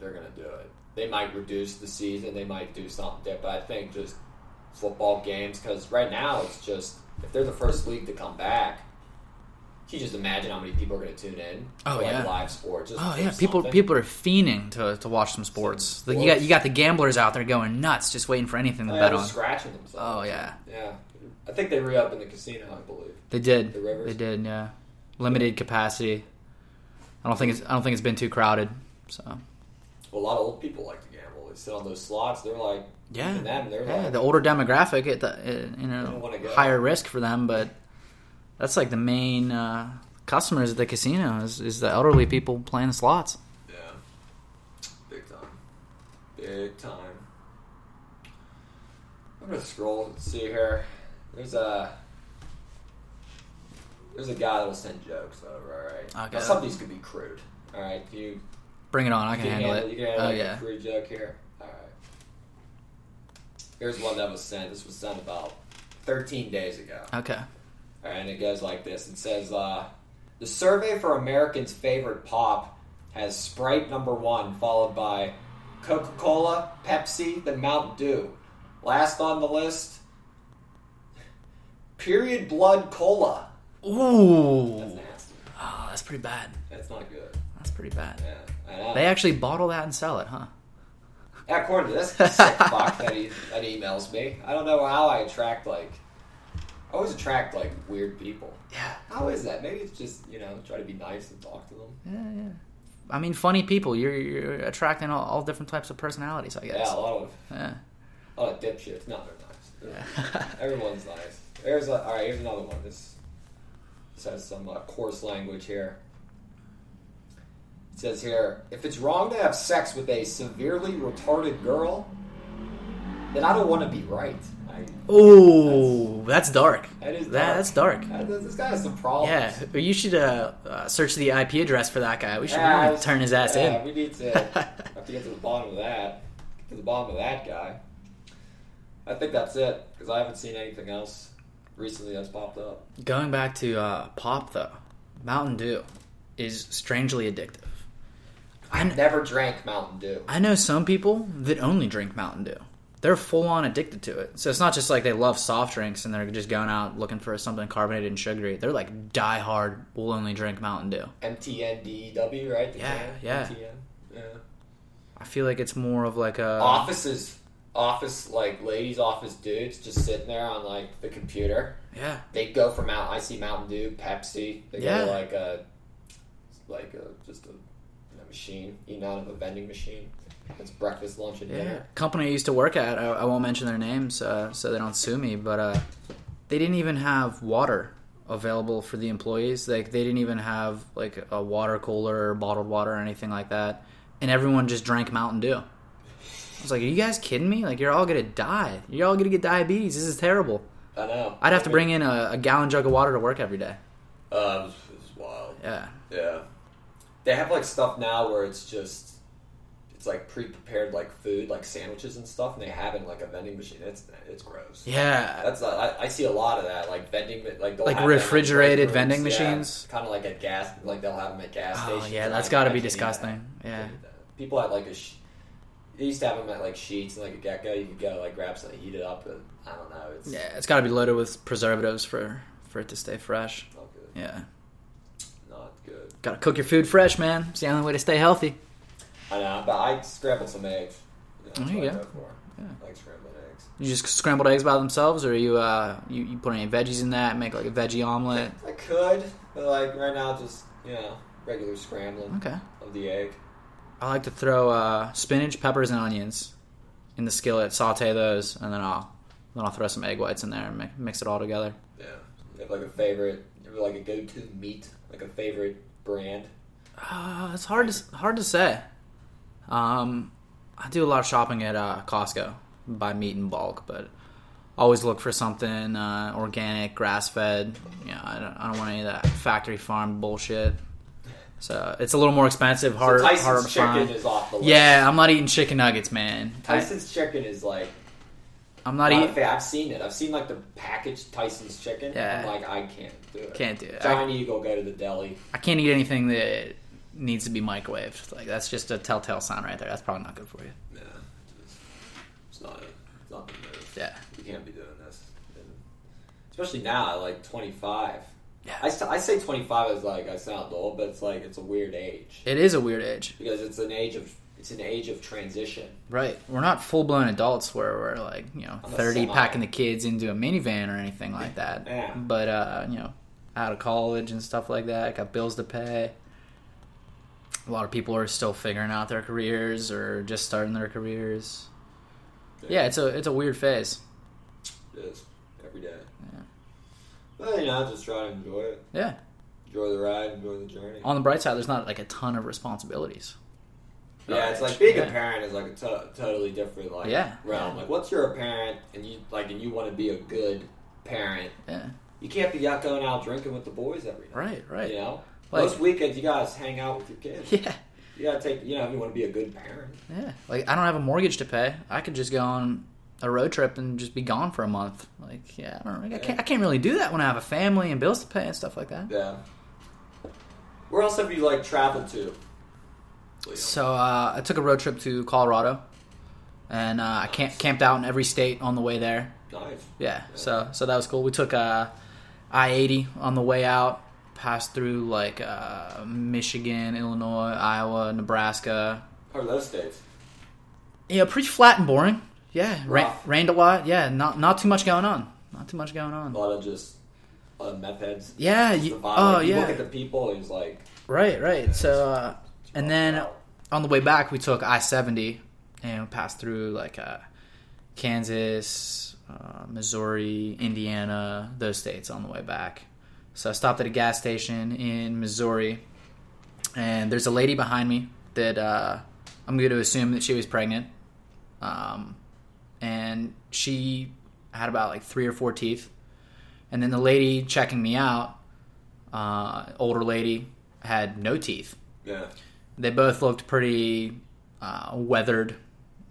[SPEAKER 1] They're gonna do it. They might reduce the season. They might do something. different, But I think just football games because right now it's just if they're the first league to come back. Can you just imagine how many people are going to tune in?
[SPEAKER 2] Oh,
[SPEAKER 1] for, like,
[SPEAKER 2] yeah.
[SPEAKER 1] live sports. Just
[SPEAKER 2] Oh
[SPEAKER 1] for
[SPEAKER 2] yeah, people
[SPEAKER 1] something?
[SPEAKER 2] people are fiending to, to watch some sports.
[SPEAKER 1] Some
[SPEAKER 2] Like, you got
[SPEAKER 1] sports.
[SPEAKER 2] you got the gamblers out there going nuts, just waiting for anything to
[SPEAKER 1] Oh, yeah,
[SPEAKER 2] bet
[SPEAKER 1] they're
[SPEAKER 2] on.
[SPEAKER 1] scratching themselves.
[SPEAKER 2] Oh yeah,
[SPEAKER 1] Yeah, I think they reopened the casino. I believe.
[SPEAKER 2] they did.
[SPEAKER 1] The rivers?
[SPEAKER 2] They did. Yeah, limited capacity. I don't think it's I don't think it's been too crowded. So
[SPEAKER 1] Well, a lot of old people like to gamble. They sit on those slots. They're like,
[SPEAKER 2] yeah,
[SPEAKER 1] even them, they're
[SPEAKER 2] yeah.
[SPEAKER 1] like,
[SPEAKER 2] The older demographic, it, uh, it, you
[SPEAKER 1] don't wanna
[SPEAKER 2] know,
[SPEAKER 1] go.
[SPEAKER 2] higher risk for them, but that's like the main uh, customers at the casino is, is the elderly people playing the slots.
[SPEAKER 1] yeah, big time, big time. I'm gonna scroll and see here. There's a there's a guy that'll send jokes over. All right,
[SPEAKER 2] Okay.
[SPEAKER 1] Now, some of these could be crude. All right, you
[SPEAKER 2] Bring it on, I can
[SPEAKER 1] you
[SPEAKER 2] handle
[SPEAKER 1] You
[SPEAKER 2] it.
[SPEAKER 1] can handle
[SPEAKER 2] Oh
[SPEAKER 1] it.
[SPEAKER 2] yeah,
[SPEAKER 1] Free joke here. All right. Here's one that was sent. This was sent about 13 days ago.
[SPEAKER 2] okay.
[SPEAKER 1] All right, and it goes like this. It says, uh, "The survey for Americans' favorite pop has Sprite number one, followed by Coca-Cola, Pepsi, then Mountain Dew. Last on the list, period blood cola. That's
[SPEAKER 2] Ooh,
[SPEAKER 1] nasty.
[SPEAKER 2] oh, that's pretty bad.
[SPEAKER 1] That's not good.
[SPEAKER 2] That's pretty bad.
[SPEAKER 1] Yeah, I know.
[SPEAKER 2] They actually bottle that and sell it, huh?
[SPEAKER 1] Yeah, According to this sick fuck that, he, that emails me, I don't know how I attract like. I always attract like weird people.
[SPEAKER 2] Yeah.
[SPEAKER 1] How is that? Maybe it's just you know try to be nice and talk to them.
[SPEAKER 2] Yeah, yeah. I mean, funny people. You're, you're attracting all, all different types of personalities, I
[SPEAKER 1] Yeah,
[SPEAKER 2] guess.
[SPEAKER 1] a lot of
[SPEAKER 2] Yeah.
[SPEAKER 1] a lot of dipshits. No, they're nice. Everyone's nice. There's a, all right. Here's another one. This, this has some uh, coarse language here. It says here, if it's wrong to have sex with a severely retarded girl, then I don't want to be right. I,
[SPEAKER 2] Ooh, that's, dark.
[SPEAKER 1] that is dark.
[SPEAKER 2] That- that's dark.
[SPEAKER 1] I- this guy has some problems.
[SPEAKER 2] Yeah, you should uh, uh, search the IP address for that guy. We should
[SPEAKER 1] Yeah,
[SPEAKER 2] really turn his ass
[SPEAKER 1] yeah,
[SPEAKER 2] in.
[SPEAKER 1] We need to have to get to the bottom of that. Get to the bottom of that guy. I think that's it because I haven't seen anything else recently that's popped up.
[SPEAKER 2] Going back to uh, pop though, Mountain Dew is strangely addictive. I kn-
[SPEAKER 1] Never drank Mountain Dew.
[SPEAKER 2] I know some people that only drink Mountain Dew. They're full on addicted to it. So it's not just like they love soft drinks and they're just going out looking for something carbonated and sugary. They're like die hard. Will only drink Mountain Dew.
[SPEAKER 1] MTNDEW, E right? The
[SPEAKER 2] Yeah,
[SPEAKER 1] can?
[SPEAKER 2] yeah.
[SPEAKER 1] MTN. yeah.
[SPEAKER 2] I feel like it's more of like a
[SPEAKER 1] Offices, office like ladies' office dudes just sitting there on like the computer.
[SPEAKER 2] yeah.
[SPEAKER 1] They go for Mount. I see Mountain Dew, Pepsi. They
[SPEAKER 2] Yeah.
[SPEAKER 1] go to like a, like a just a, a machine, eating out of a vending machine. It's breakfast, lunch, and
[SPEAKER 2] Yeah.
[SPEAKER 1] dinner.
[SPEAKER 2] Company I used to work at, I, I won't mention their names uh, so they don't sue me, but uh, they didn't even have water available for the employees. Like they didn't even have like a water cooler or bottled water or anything like that. And everyone just drank Mountain Dew. I was like, "Are you guys kidding me? Like, you're all gonna die. You're all gonna get diabetes. This is terrible."
[SPEAKER 1] I know.
[SPEAKER 2] I'd have to bring in a, a gallon jug of water to work every day.
[SPEAKER 1] Uh, it was, it was wild.
[SPEAKER 2] Yeah,
[SPEAKER 1] Yeah. They have like stuff now where it's just it's like pre-prepared like food, like sandwiches and stuff, and they have it in like a vending machine. It's it's gross.
[SPEAKER 2] yeah.
[SPEAKER 1] That's uh, I, I see a lot of that, like vending, like they'll
[SPEAKER 2] Like
[SPEAKER 1] have that in,
[SPEAKER 2] refrigerated
[SPEAKER 1] break
[SPEAKER 2] vending
[SPEAKER 1] rooms.
[SPEAKER 2] machines?
[SPEAKER 1] kind of like at gas, like they'll have them at gas
[SPEAKER 2] Oh
[SPEAKER 1] stations.
[SPEAKER 2] yeah,
[SPEAKER 1] and,
[SPEAKER 2] that's
[SPEAKER 1] like,
[SPEAKER 2] got to
[SPEAKER 1] I
[SPEAKER 2] be
[SPEAKER 1] can't eat
[SPEAKER 2] disgusting.
[SPEAKER 1] that.
[SPEAKER 2] Yeah,
[SPEAKER 1] people at like a, sh- they used to have them at like sheets and like a get go. You could go like grab something, heat it up, and I don't know, it's
[SPEAKER 2] yeah. It's got to be loaded with preservatives for for it to stay fresh.
[SPEAKER 1] not good,
[SPEAKER 2] Yeah,
[SPEAKER 1] not good.
[SPEAKER 2] got to cook your food fresh, man. It's the only way to stay healthy.
[SPEAKER 1] I know, but I scrambled some eggs.
[SPEAKER 2] There
[SPEAKER 1] that's
[SPEAKER 2] you
[SPEAKER 1] what I
[SPEAKER 2] go.
[SPEAKER 1] for.
[SPEAKER 2] Yeah.
[SPEAKER 1] I like scrambled eggs.
[SPEAKER 2] You just scrambled eggs by themselves, or you uh you, you put any veggies in that, make like a veggie omelet.
[SPEAKER 1] I could, but like right now, just you know, regular scrambling
[SPEAKER 2] Okay.
[SPEAKER 1] of the egg.
[SPEAKER 2] I like to throw uh, spinach, peppers, and onions in the skillet, saute those, and then I'll then I'll throw some egg whites in there and mi- mix it all together.
[SPEAKER 1] Yeah, you have like a favorite, you have like a go-to meat, like a favorite brand.
[SPEAKER 2] Uh, it's hard to s- hard to say. Um, I do a lot of shopping at uh, Costco, buy meat in bulk, but always look for something uh, organic, grass fed. You know, I don't, I don't want any of that factory farm bullshit. So it's a little more expensive, hard,
[SPEAKER 1] so Tyson's
[SPEAKER 2] harder to
[SPEAKER 1] chicken
[SPEAKER 2] find.
[SPEAKER 1] is off the list.
[SPEAKER 2] Yeah, I'm not eating chicken nuggets, man. I,
[SPEAKER 1] Tyson's chicken is like
[SPEAKER 2] I'm not eating.
[SPEAKER 1] I, have seen it. I've seen like the packaged Tyson's chicken. I'm
[SPEAKER 2] Yeah.
[SPEAKER 1] like I can't do it.
[SPEAKER 2] Can't do it.
[SPEAKER 1] Giant Eagle go to the deli.
[SPEAKER 2] I can't eat anything that needs to be microwaved. Like that's just a telltale sign right there. That's probably not good for you.
[SPEAKER 1] Yeah, it's not. It's not the move.
[SPEAKER 2] Yeah.
[SPEAKER 1] You can't be doing this, especially now. Like twenty five.
[SPEAKER 2] Yeah.
[SPEAKER 1] I, st- I say 25 as like I sound old, but it's like it's a weird age
[SPEAKER 2] It is a weird age.
[SPEAKER 1] because it's an age of it's an age of transition.
[SPEAKER 2] Right. We're not full blown adults where we're like, you know,
[SPEAKER 1] I'm a
[SPEAKER 2] 30
[SPEAKER 1] semi.
[SPEAKER 2] packing the kids into a minivan or anything like that.
[SPEAKER 1] Yeah.
[SPEAKER 2] But uh, you know, out of college and stuff like that, got bills to pay. A lot of people are still figuring out their careers or just starting their careers. Yeah, it's a it's a weird phase.
[SPEAKER 1] it is every day.
[SPEAKER 2] Yeah.
[SPEAKER 1] Well, you know, just try to enjoy it,
[SPEAKER 2] Yeah.
[SPEAKER 1] enjoy the ride, enjoy the journey.
[SPEAKER 2] On the bright side, there's not like a ton of responsibilities.
[SPEAKER 1] Yeah, it's like being a
[SPEAKER 2] Yeah.
[SPEAKER 1] parent is like a to- totally different like
[SPEAKER 2] Yeah.
[SPEAKER 1] realm. Like, once you're a parent and you like and you want to be a good parent,
[SPEAKER 2] Yeah.
[SPEAKER 1] you can't be out going out drinking with the boys every night.
[SPEAKER 2] Right, right.
[SPEAKER 1] You know,
[SPEAKER 2] Like-
[SPEAKER 1] most weekends you guys hang out with your kids.
[SPEAKER 2] Yeah,
[SPEAKER 1] You gotta take. You know, if you want to be a good parent,
[SPEAKER 2] yeah. Like I don't have a mortgage to pay. I could just go on a road trip and just be gone for a month. Like yeah, I don't. Like, I can't. I can't really do that when I have a family and bills to pay and stuff like that.
[SPEAKER 1] Yeah. Where else have you like traveled to?
[SPEAKER 2] So uh, I took a road trip to Colorado, and uh, I camp- camped out in every state on the way there.
[SPEAKER 1] Nice.
[SPEAKER 2] Yeah, so so that was cool. We took uh, I eighty on the way out, passed through like uh, Michigan, Illinois, Iowa, Nebraska.
[SPEAKER 1] How are those states?
[SPEAKER 2] Yeah, pretty flat and boring. Yeah, ra-
[SPEAKER 1] Rough.
[SPEAKER 2] rained a lot. Yeah, not not too much going on. Not too much going on.
[SPEAKER 1] A lot of just a lot of meth heads.
[SPEAKER 2] Yeah.
[SPEAKER 1] Just
[SPEAKER 2] You,
[SPEAKER 1] the vibe.
[SPEAKER 2] oh,
[SPEAKER 1] Like, you
[SPEAKER 2] yeah.
[SPEAKER 1] Look at the people. He's like,
[SPEAKER 2] right, right. So, uh, and then
[SPEAKER 1] Wow.
[SPEAKER 2] on the way back, we took I seventy and passed through like uh, Kansas, uh, Missouri, Indiana, those states on the way back. So I stopped at a gas station in Missouri, and there's a lady behind me that uh, I'm going to assume that she was pregnant, um, and she had about like three or four teeth. And then the lady checking me out, uh, older lady, had no teeth.
[SPEAKER 1] yeah,
[SPEAKER 2] They both looked pretty uh, weathered,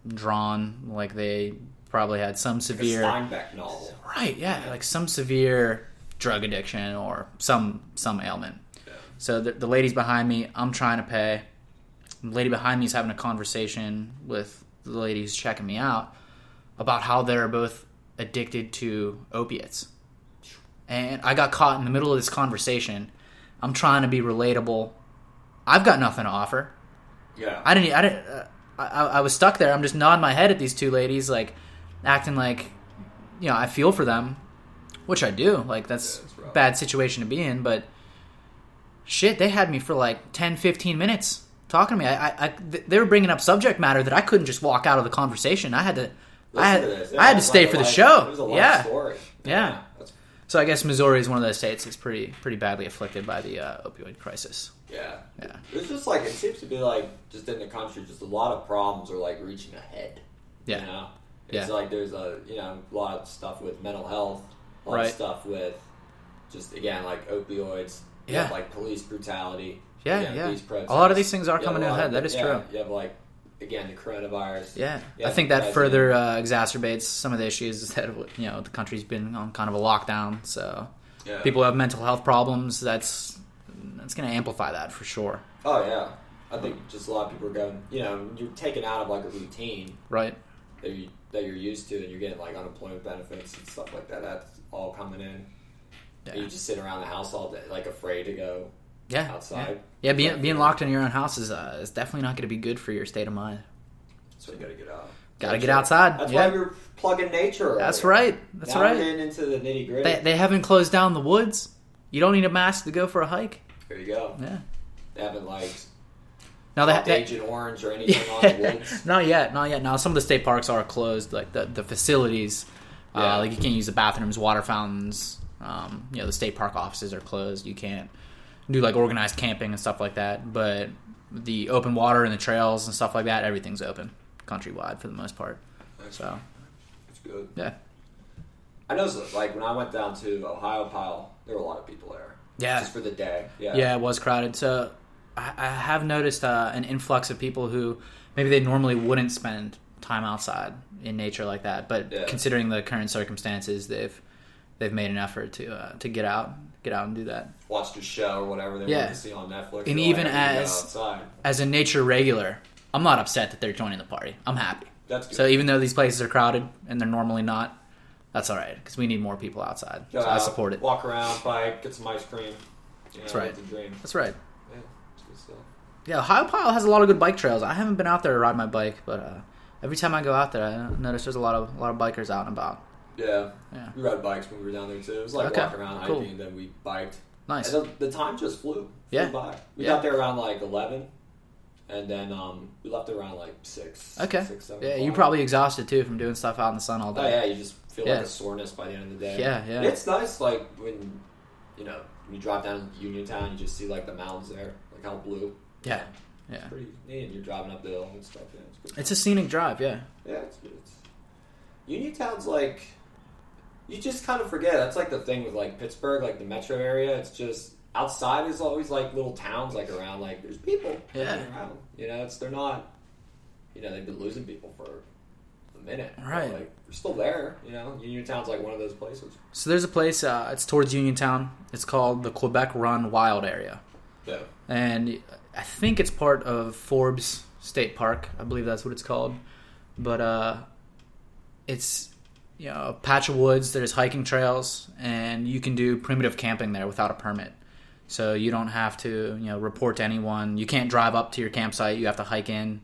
[SPEAKER 2] drawn, like they probably had some
[SPEAKER 1] like a
[SPEAKER 2] severe.
[SPEAKER 1] Steinbeck novel.
[SPEAKER 2] Right, yeah, like some severe drug addiction or some some ailment.
[SPEAKER 1] Yeah.
[SPEAKER 2] So the, the lady's behind me. I'm trying to pay. The lady behind me is having a conversation with the lady who's checking me out about how they're both addicted to opiates. And I got caught in the middle of this conversation. I'm trying to be relatable. I've got nothing to offer.
[SPEAKER 1] Yeah.
[SPEAKER 2] I didn't. I didn't. Uh, I, I was stuck there. I'm just nodding my head at these two ladies, like acting like, you know, I feel for them, which I do. Like that's
[SPEAKER 1] Yeah, it's rough.
[SPEAKER 2] bad situation to be in, but shit, they had me for like 10, 15 minutes talking to me. I, I, I th- they were bringing up subject matter that I couldn't just walk out of the conversation. I had to. I
[SPEAKER 1] Listen
[SPEAKER 2] had,
[SPEAKER 1] to this.
[SPEAKER 2] I had to
[SPEAKER 1] It's
[SPEAKER 2] stay
[SPEAKER 1] like a
[SPEAKER 2] for the
[SPEAKER 1] life-
[SPEAKER 2] show.
[SPEAKER 1] It was a life
[SPEAKER 2] yeah.
[SPEAKER 1] story.
[SPEAKER 2] Yeah.
[SPEAKER 1] That's,
[SPEAKER 2] So I guess Missouri is one of those states that's pretty pretty badly afflicted by the uh, opioid crisis.
[SPEAKER 1] yeah.
[SPEAKER 2] Yeah.
[SPEAKER 1] It's just like it seems to be like just in the country, just a lot of problems are like reaching a head.
[SPEAKER 2] Yeah.
[SPEAKER 1] You know? It's
[SPEAKER 2] Yeah.
[SPEAKER 1] like there's a you know a lot of stuff with mental health, a lot
[SPEAKER 2] Right.
[SPEAKER 1] of stuff with just again like opioids. You
[SPEAKER 2] Yeah.
[SPEAKER 1] have, like police brutality.
[SPEAKER 2] Yeah,
[SPEAKER 1] you have
[SPEAKER 2] yeah.
[SPEAKER 1] these
[SPEAKER 2] A lot of
[SPEAKER 1] protests.
[SPEAKER 2] these things
[SPEAKER 1] You
[SPEAKER 2] are
[SPEAKER 1] have
[SPEAKER 2] coming
[SPEAKER 1] a
[SPEAKER 2] to a
[SPEAKER 1] lot
[SPEAKER 2] head.
[SPEAKER 1] of-
[SPEAKER 2] That is
[SPEAKER 1] yeah,
[SPEAKER 2] true.
[SPEAKER 1] You have like again the coronavirus.
[SPEAKER 2] Yeah,
[SPEAKER 1] Yeah,
[SPEAKER 2] I think
[SPEAKER 1] that's
[SPEAKER 2] that
[SPEAKER 1] it.
[SPEAKER 2] further uh, exacerbates some of the issues that you know the country's been on kind of a lockdown. So
[SPEAKER 1] Yeah.
[SPEAKER 2] people who have mental health problems. That's that's going to amplify that for sure,
[SPEAKER 1] Oh yeah, I think just a lot of people are going. You know, you're taken out of like a routine
[SPEAKER 2] right?
[SPEAKER 1] that you that you're used to, and you're getting like unemployment benefits and stuff like that. That's all coming in.
[SPEAKER 2] Yeah,
[SPEAKER 1] And you just sit around the house all day, like afraid to go
[SPEAKER 2] yeah.
[SPEAKER 1] outside.
[SPEAKER 2] Yeah, being, being locked in your own house is uh, is definitely not going to be good for your state of mind.
[SPEAKER 1] So you gotta get out.
[SPEAKER 2] Got to get outside.
[SPEAKER 1] That's
[SPEAKER 2] yeah.
[SPEAKER 1] why we were plugging nature. Earlier.
[SPEAKER 2] That's right. That's
[SPEAKER 1] now We're
[SPEAKER 2] right.
[SPEAKER 1] getting into the nitty gritty.
[SPEAKER 2] They, they haven't closed down the woods. You don't need a mask to go for a hike.
[SPEAKER 1] there you go.
[SPEAKER 2] Yeah.
[SPEAKER 1] They haven't like
[SPEAKER 2] Now they,
[SPEAKER 1] popped
[SPEAKER 2] they
[SPEAKER 1] Agent Orange or anything on the woods.
[SPEAKER 2] not yet, not yet. Now some of the state parks are closed, like the the facilities.
[SPEAKER 1] Yeah.
[SPEAKER 2] Uh, like you can't use the bathrooms, water fountains. Um, you know, the state park offices are closed. You can't do like organized camping and stuff like that. But the open water and the trails and stuff like that, everything's open countrywide for the most part. So
[SPEAKER 1] It's good.
[SPEAKER 2] yeah,
[SPEAKER 1] I know, so, like when I went down to Ohio Pile, there were a lot of people there.
[SPEAKER 2] Yeah.
[SPEAKER 1] Just for the day. Yeah.
[SPEAKER 2] yeah, it was crowded. So I, I have noticed uh, an influx of people who maybe they normally wouldn't spend time outside in nature like that, but
[SPEAKER 1] Yeah.
[SPEAKER 2] considering the current circumstances, they've they've made an effort to uh, to get out, get out and do that.
[SPEAKER 1] Watched a show or whatever they
[SPEAKER 2] Yeah.
[SPEAKER 1] wanted to see on Netflix.
[SPEAKER 2] And
[SPEAKER 1] They're
[SPEAKER 2] even
[SPEAKER 1] like, "I need to go
[SPEAKER 2] as-
[SPEAKER 1] outside.
[SPEAKER 2] As a nature regular, I'm not upset that they're joining the party. I'm happy.
[SPEAKER 1] That's good.
[SPEAKER 2] So even though these places are crowded and they're normally not, that's all right because we need more people outside.
[SPEAKER 1] Go
[SPEAKER 2] so I
[SPEAKER 1] out,
[SPEAKER 2] support it.
[SPEAKER 1] Walk around, bike, get some ice cream. You
[SPEAKER 2] That's
[SPEAKER 1] know,
[SPEAKER 2] right.
[SPEAKER 1] It's a dream.
[SPEAKER 2] That's right.
[SPEAKER 1] Yeah, it's good stuff.
[SPEAKER 2] Yeah, Ohio Pile has a lot of good bike trails. I haven't been out there to ride my bike, but uh, every time I go out there, I notice there's a lot of a lot of bikers out and about.
[SPEAKER 1] Yeah.
[SPEAKER 2] Yeah.
[SPEAKER 1] We rode bikes when we were down there too. It was like
[SPEAKER 2] Okay,
[SPEAKER 1] walking around
[SPEAKER 2] cool.
[SPEAKER 1] hiking, then we biked.
[SPEAKER 2] Nice.
[SPEAKER 1] And the, the time just flew. flew
[SPEAKER 2] Yeah.
[SPEAKER 1] by. We
[SPEAKER 2] Yeah.
[SPEAKER 1] got there around like eleven, and then um, we left around like six.
[SPEAKER 2] Okay.
[SPEAKER 1] Six, seven
[SPEAKER 2] Yeah,
[SPEAKER 1] o'clock.
[SPEAKER 2] you're probably exhausted too from doing stuff out in the sun all
[SPEAKER 1] Oh
[SPEAKER 2] day.
[SPEAKER 1] yeah, you just feel
[SPEAKER 2] Yeah.
[SPEAKER 1] like a soreness by the end of the day.
[SPEAKER 2] Yeah, yeah.
[SPEAKER 1] And it's nice, like when you know when you drive down to Uniontown, you just see like the mountains there, like how blue.
[SPEAKER 2] Yeah.
[SPEAKER 1] It's
[SPEAKER 2] Yeah.
[SPEAKER 1] pretty neat. And you're driving up the hill and stuff. Yeah, it's good.
[SPEAKER 2] It's a scenic drive, yeah.
[SPEAKER 1] yeah, it's good. It's, Uniontown's like you just kind of forget. That's like the thing with like Pittsburgh, like the metro area. It's just outside is always like little towns like around. Like there's people
[SPEAKER 2] Yeah.
[SPEAKER 1] hanging around. You know, it's they're not. You know, they've been losing people for a minute. but,
[SPEAKER 2] Right.
[SPEAKER 1] like they're still there. You know, Uniontown's like one of those places.
[SPEAKER 2] So there's a place. Uh, it's towards Uniontown. It's called the Quebec Run Wild Area,
[SPEAKER 1] Yeah.
[SPEAKER 2] and I think it's part of Forbes State Park. I believe that's what it's called. But uh, it's you know a patch of woods. There's hiking trails, and you can do primitive camping there without a permit. So you don't have to you know report to anyone. You can't drive up to your campsite. You have to hike in.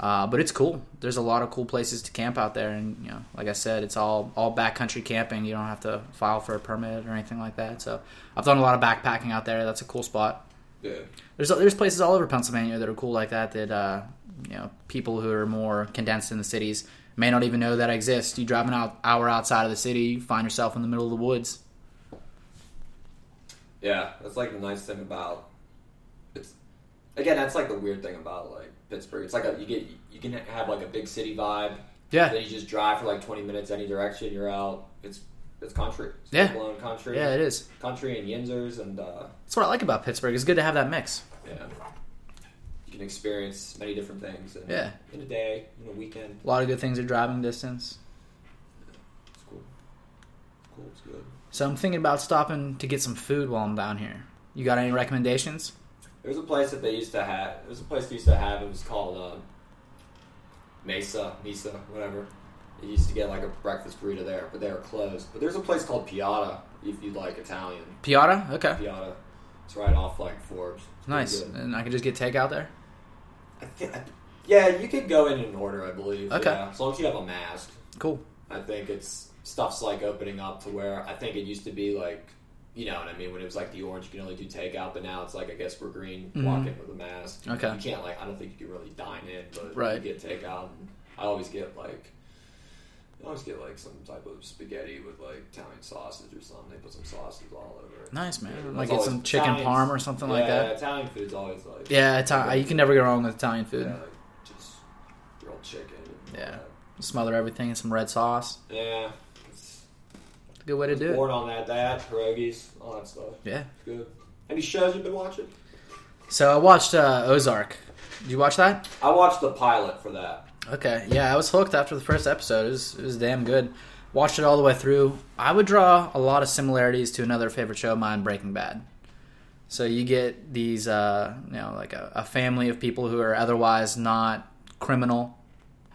[SPEAKER 2] Uh, but it's cool. There's a lot of cool places to camp out there, and you know, like I said, it's all all backcountry camping. You don't have to file for a permit or anything like that. So I've done a lot of backpacking out there. That's a cool spot
[SPEAKER 1] Yeah.
[SPEAKER 2] there's there's places all over Pennsylvania that are cool like that that uh, you know people who are more condensed in the cities may not even know that exist. You drive an out, hour outside of the city, you find yourself in the middle of the woods.
[SPEAKER 1] Yeah, that's like the nice thing about it's again that's like the weird thing about like Pittsburgh. It's like a you get you can have like a big city vibe.
[SPEAKER 2] Yeah.
[SPEAKER 1] Then you just drive for like twenty minutes any direction, you're out. It's it's country. It's
[SPEAKER 2] Yeah.
[SPEAKER 1] blown country.
[SPEAKER 2] Yeah, it is.
[SPEAKER 1] Country and yinzers and uh
[SPEAKER 2] That's what I like about Pittsburgh. It's good to have that mix.
[SPEAKER 1] yeah. You can experience many different things in,
[SPEAKER 2] Yeah.
[SPEAKER 1] in a day, in a weekend.
[SPEAKER 2] A lot of good things are driving distance.
[SPEAKER 1] It's cool. It's cool, it's good.
[SPEAKER 2] So I'm thinking about stopping to get some food while I'm down here. You got any recommendations?
[SPEAKER 1] There was a place that they used to have. There was a place they used to have. It was called um, Mesa, Mesa, whatever. You used to get like a breakfast burrito there, but they were closed. But there's a place called Piata if you like Italian.
[SPEAKER 2] Piata? Okay.
[SPEAKER 1] Piata, it's right off like Forbes. It's pretty
[SPEAKER 2] Nice.
[SPEAKER 1] good.
[SPEAKER 2] And I can just get takeout there.
[SPEAKER 1] I thi- I- yeah, you could go in and order, I believe.
[SPEAKER 2] Okay.
[SPEAKER 1] yeah, as long as you have a mask.
[SPEAKER 2] Cool.
[SPEAKER 1] I think it's stuff's like opening up to where I think it used to be like, you know what I mean, when it was like the orange, you can only do takeout, but now it's like I guess we're green,
[SPEAKER 2] Mhm.
[SPEAKER 1] walk in with a mask.
[SPEAKER 2] Okay.
[SPEAKER 1] you can't like I don't think you can really dine in, but
[SPEAKER 2] Right.
[SPEAKER 1] you get takeout. And I always get like. I always get like some type of spaghetti with like Italian sausage or something. They put some sausage all over it.
[SPEAKER 2] Nice
[SPEAKER 1] Yeah,
[SPEAKER 2] man.
[SPEAKER 1] that's
[SPEAKER 2] Like get
[SPEAKER 1] always-
[SPEAKER 2] some chicken
[SPEAKER 1] Italians-
[SPEAKER 2] parm or something
[SPEAKER 1] yeah,
[SPEAKER 2] like that.
[SPEAKER 1] Italian food's always like
[SPEAKER 2] Yeah, Ita- you can never go wrong with Italian food.
[SPEAKER 1] yeah, like just grilled chicken. and uh, all
[SPEAKER 2] Yeah.
[SPEAKER 1] that.
[SPEAKER 2] smother everything in some red sauce.
[SPEAKER 1] Yeah. It's,
[SPEAKER 2] It's a good way to do it.
[SPEAKER 1] born on that, that, pierogies, all that stuff.
[SPEAKER 2] Yeah.
[SPEAKER 1] It's good. Any shows you've been watching?
[SPEAKER 2] So I watched uh, Ozark. Did you watch that?
[SPEAKER 1] I watched the pilot for that.
[SPEAKER 2] Okay. Yeah, I was hooked after the first episode. It was, it was damn good. Watched it all the way through. I would draw a lot of similarities to another favorite show of mine, Breaking Bad. So you get these, uh, you know, like a, a family of people who are otherwise not criminal,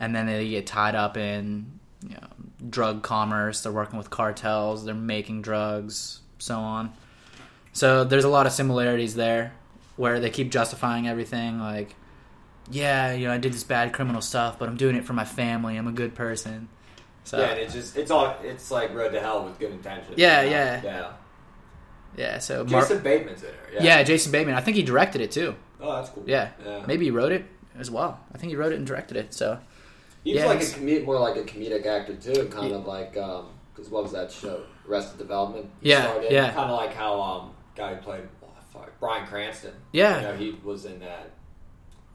[SPEAKER 2] and then they get tied up in you know, drug commerce. They're working with cartels. They're making drugs, so on. So there's a lot of similarities there, where they keep justifying everything, like, yeah, you know, I did this bad criminal stuff, but I'm doing it for my family. I'm a good person. So
[SPEAKER 1] yeah, and it's just it's all it's like road to hell with good intentions.
[SPEAKER 2] Yeah,
[SPEAKER 1] you know?
[SPEAKER 2] yeah.
[SPEAKER 1] yeah.
[SPEAKER 2] yeah, so Mar-
[SPEAKER 1] Jason Bateman's in it. Yeah.
[SPEAKER 2] yeah, Jason Bateman. I think he directed it too.
[SPEAKER 1] Oh, that's cool.
[SPEAKER 2] Yeah.
[SPEAKER 1] yeah.
[SPEAKER 2] Maybe he wrote it as well. I think he wrote it and directed it. So
[SPEAKER 1] He was
[SPEAKER 2] Yeah,
[SPEAKER 1] like a
[SPEAKER 2] he's-
[SPEAKER 1] comedic, more like a comedic actor too, kind of like because what was that show? Arrested Development. He
[SPEAKER 2] Yeah,
[SPEAKER 1] started,
[SPEAKER 2] yeah.
[SPEAKER 1] Kind of like how um guy who played oh, fuck, Brian Cranston.
[SPEAKER 2] yeah,
[SPEAKER 1] You know, he was in that.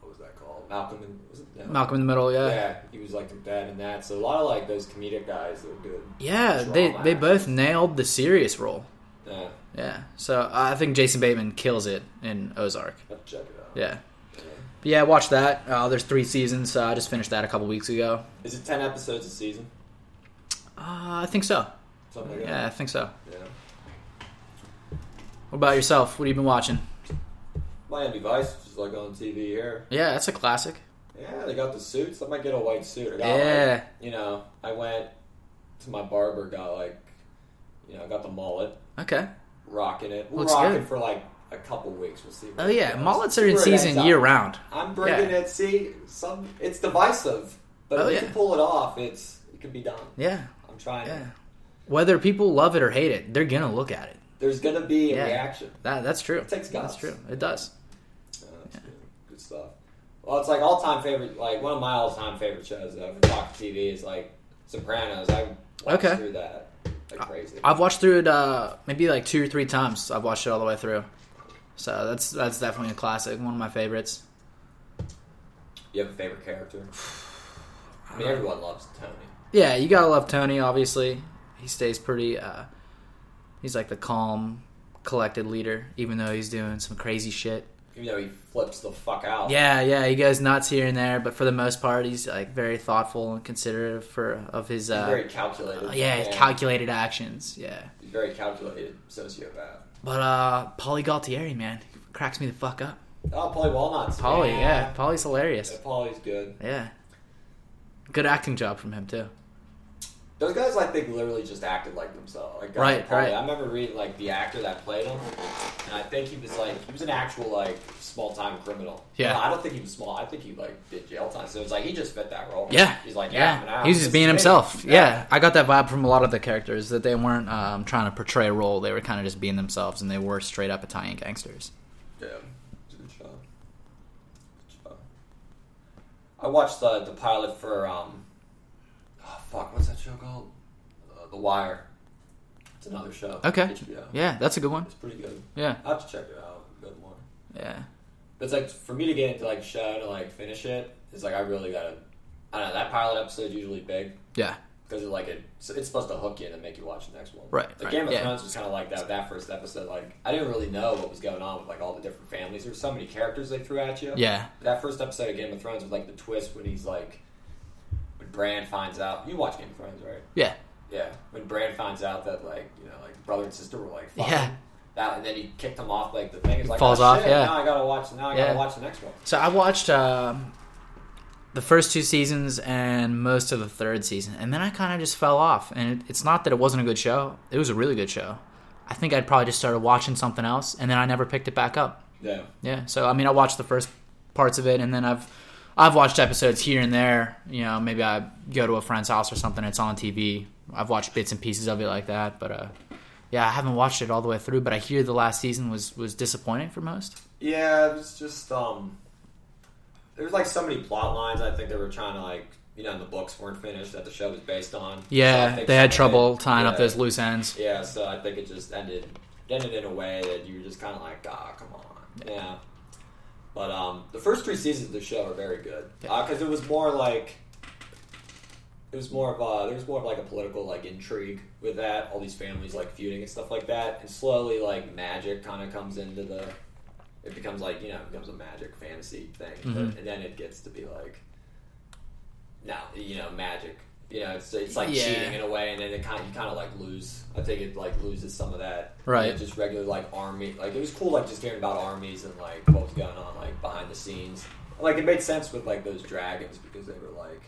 [SPEAKER 1] What was that called? Malcolm in was it? No.
[SPEAKER 2] Malcolm in the Middle. Yeah,
[SPEAKER 1] Yeah, he was like the dad in that. So a lot of like those comedic guys that are good.
[SPEAKER 2] yeah.
[SPEAKER 1] Draw
[SPEAKER 2] they they
[SPEAKER 1] laughs.
[SPEAKER 2] both nailed the serious role.
[SPEAKER 1] Yeah,
[SPEAKER 2] Yeah, so I think Jason Bateman kills it in Ozark.
[SPEAKER 1] I'll check it out.
[SPEAKER 2] Yeah, but yeah. Watch that. Uh, there's three seasons. So I just finished that a couple weeks ago.
[SPEAKER 1] Is it ten episodes a season?
[SPEAKER 2] Uh, I think so.
[SPEAKER 1] Something like
[SPEAKER 2] Yeah, I
[SPEAKER 1] that.
[SPEAKER 2] think so.
[SPEAKER 1] Yeah.
[SPEAKER 2] What about yourself? What have you been watching?
[SPEAKER 1] Miami Vice, which is like on TV here.
[SPEAKER 2] Yeah, that's a classic.
[SPEAKER 1] Yeah, they got the suits. I might get a white suit. I got, like,
[SPEAKER 2] Yeah,
[SPEAKER 1] you know, I went to my barber, got like, you know, got the mullet,
[SPEAKER 2] okay.
[SPEAKER 1] rocking it. We're
[SPEAKER 2] Looks
[SPEAKER 1] rocking
[SPEAKER 2] good.
[SPEAKER 1] for like a couple weeks. We'll see.
[SPEAKER 2] Oh
[SPEAKER 1] what it
[SPEAKER 2] yeah,
[SPEAKER 1] goes.
[SPEAKER 2] mullets are
[SPEAKER 1] See
[SPEAKER 2] in
[SPEAKER 1] where it ends
[SPEAKER 2] season
[SPEAKER 1] up.
[SPEAKER 2] year round.
[SPEAKER 1] I'm bringing
[SPEAKER 2] Yeah.
[SPEAKER 1] it. See, some it's divisive, but
[SPEAKER 2] Oh,
[SPEAKER 1] if you
[SPEAKER 2] yeah.
[SPEAKER 1] can pull it off, it's it can be done.
[SPEAKER 2] Yeah,
[SPEAKER 1] I'm trying.
[SPEAKER 2] yeah. Whether people love it or hate it, they're gonna look at it.
[SPEAKER 1] There's gonna be a
[SPEAKER 2] Yeah.
[SPEAKER 1] reaction.
[SPEAKER 2] That that's true.
[SPEAKER 1] It takes guts.
[SPEAKER 2] That's true. It does.
[SPEAKER 1] Uh, that's good. Good stuff. Well, it's like all time favorite, like one of my all time favorite shows though, for Fox TV is like Sopranos. I watched
[SPEAKER 2] Okay.
[SPEAKER 1] through that like crazy.
[SPEAKER 2] I've watched through it uh, maybe like two or three times. I've watched it all the way through. So that's that's definitely a classic, one of my favorites.
[SPEAKER 1] you have a favorite character? I mean, everyone loves Tony.
[SPEAKER 2] Yeah, you gotta love Tony. Obviously, he stays pretty. Uh, he's like the calm, collected leader, even though he's doing some crazy shit.
[SPEAKER 1] Even though he flips the fuck out.
[SPEAKER 2] Yeah, yeah, he goes nuts here and there, but for the most part, he's like very thoughtful and considerate for of his.
[SPEAKER 1] He's
[SPEAKER 2] Uh,
[SPEAKER 1] very calculated.
[SPEAKER 2] yeah, his calculated actions. Yeah,
[SPEAKER 1] He's very calculated sociopath.
[SPEAKER 2] but uh, Polly Galtieri, man, cracks me the fuck up.
[SPEAKER 1] Oh, Polly Walnuts.
[SPEAKER 2] Polly, yeah, Polly's hilarious.
[SPEAKER 1] Yeah, Polly's good.
[SPEAKER 2] Yeah. Good acting job from him too.
[SPEAKER 1] Those guys, I think, literally just acted like themselves. Like,
[SPEAKER 2] Right,
[SPEAKER 1] Polly,
[SPEAKER 2] right.
[SPEAKER 1] I remember reading like the actor that played him, and I think he was like he was an actual like small time criminal.
[SPEAKER 2] Yeah.
[SPEAKER 1] No, I don't think he was small. I think he like did jail time. So it was like he just fit that role.
[SPEAKER 2] Yeah.
[SPEAKER 1] he's like yeah, uh, man,
[SPEAKER 2] Yeah.
[SPEAKER 1] I'm
[SPEAKER 2] He's just being
[SPEAKER 1] me.
[SPEAKER 2] himself. Yeah. I got that vibe from a lot of the characters that they weren't um, trying to portray a role. They were kind of just being themselves and they were straight up Italian gangsters.
[SPEAKER 1] Yeah. Good job. Good job. I watched the the pilot for um oh fuck, what's that show called? Uh, the Wire. It's another show.
[SPEAKER 2] Okay.
[SPEAKER 1] HBO.
[SPEAKER 2] Yeah, that's a good one.
[SPEAKER 1] It's pretty good.
[SPEAKER 2] Yeah.
[SPEAKER 1] I will have to check it out a bit more.
[SPEAKER 2] Yeah.
[SPEAKER 1] But it's like for me to get into like show to like finish it, it's like I really gotta I don't know, that pilot episode's usually big.
[SPEAKER 2] Yeah.
[SPEAKER 1] Because it like it, so it's supposed to hook you and make you watch the next one.
[SPEAKER 2] Right,
[SPEAKER 1] The
[SPEAKER 2] right,
[SPEAKER 1] Game of
[SPEAKER 2] yeah.
[SPEAKER 1] Thrones was kind of like that. That first episode, like I didn't really know what was going on with like all the different families. There's so many characters they threw at you.
[SPEAKER 2] Yeah.
[SPEAKER 1] That first episode of Game of Thrones was like the twist when he's like, when Bran finds out. You watch Game of Thrones, right?
[SPEAKER 2] Yeah.
[SPEAKER 1] Yeah. When Bran finds out that like you know like brother and sister were like fucking,
[SPEAKER 2] Yeah.
[SPEAKER 1] that, and then he kicked him off like the thing. It's like
[SPEAKER 2] Falls
[SPEAKER 1] oh,
[SPEAKER 2] off,
[SPEAKER 1] shit,
[SPEAKER 2] yeah.
[SPEAKER 1] Now I gotta watch. Now I
[SPEAKER 2] Yeah.
[SPEAKER 1] gotta watch the next one.
[SPEAKER 2] So I watched um, the first two seasons and most of the third season, and then I kind of just fell off. And it, it's not that it wasn't a good show; it was a really good show. I think I'd probably just started watching something else, and then I never picked it back up.
[SPEAKER 1] Yeah.
[SPEAKER 2] Yeah. So I mean, I watched the first parts of it, and then I've I've watched episodes here and there. You know, maybe I go to a friend's house or something. It's on TV. I've watched bits and pieces of it like that, but uh, yeah, I haven't watched it all the way through. But I hear the last season was was disappointing for most.
[SPEAKER 1] Yeah, it was just um, there was like so many plot lines. I think they were trying to like you know the books weren't finished that the show was based on. So I
[SPEAKER 2] Yeah,
[SPEAKER 1] think
[SPEAKER 2] they had
[SPEAKER 1] some of it-
[SPEAKER 2] trouble tying up
[SPEAKER 1] yeah.
[SPEAKER 2] those loose ends.
[SPEAKER 1] Yeah, so I think it just ended it ended in a way that you were just kind of like, ah, come on, yeah. But Uh, um, the first three seasons of the show are very good because it was more like it was more of a there was more of like a political like intrigue with that. All these families like feuding and stuff like that, and slowly like magic kind of comes into the. It becomes like you know it becomes a magic fantasy thing,
[SPEAKER 2] Mhm.
[SPEAKER 1] but, and then it gets to be like, no, you know, magic. You know, it's it's like
[SPEAKER 2] Yeah.
[SPEAKER 1] cheating in a way, and then it kind of you kind of like lose. I think it like loses some of that,
[SPEAKER 2] Right.
[SPEAKER 1] And just regular like army, like it was cool, like just hearing about armies and like what was going on like behind the scenes. Like it made sense with like those dragons because they were like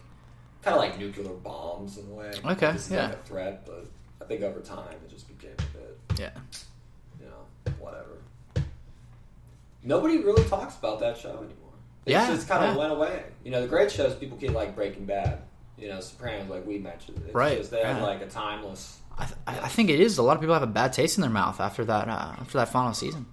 [SPEAKER 1] kind of like nuclear bombs in a way.
[SPEAKER 2] Okay,
[SPEAKER 1] This is
[SPEAKER 2] yeah.
[SPEAKER 1] like a threat, but I think over time it just became a bit,
[SPEAKER 2] Yeah.
[SPEAKER 1] you know, whatever. Nobody really talks about that show anymore. It
[SPEAKER 2] Yeah,
[SPEAKER 1] just kind of
[SPEAKER 2] yeah.
[SPEAKER 1] went away. You know, the great shows people keep like Breaking Bad, you know, Sopranos, like we mentioned. It's
[SPEAKER 2] Right,
[SPEAKER 1] Just, they had
[SPEAKER 2] yeah.
[SPEAKER 1] like a timeless.
[SPEAKER 2] I, th- I I think it is. A lot of people have a bad taste in their mouth after that uh, after that final season.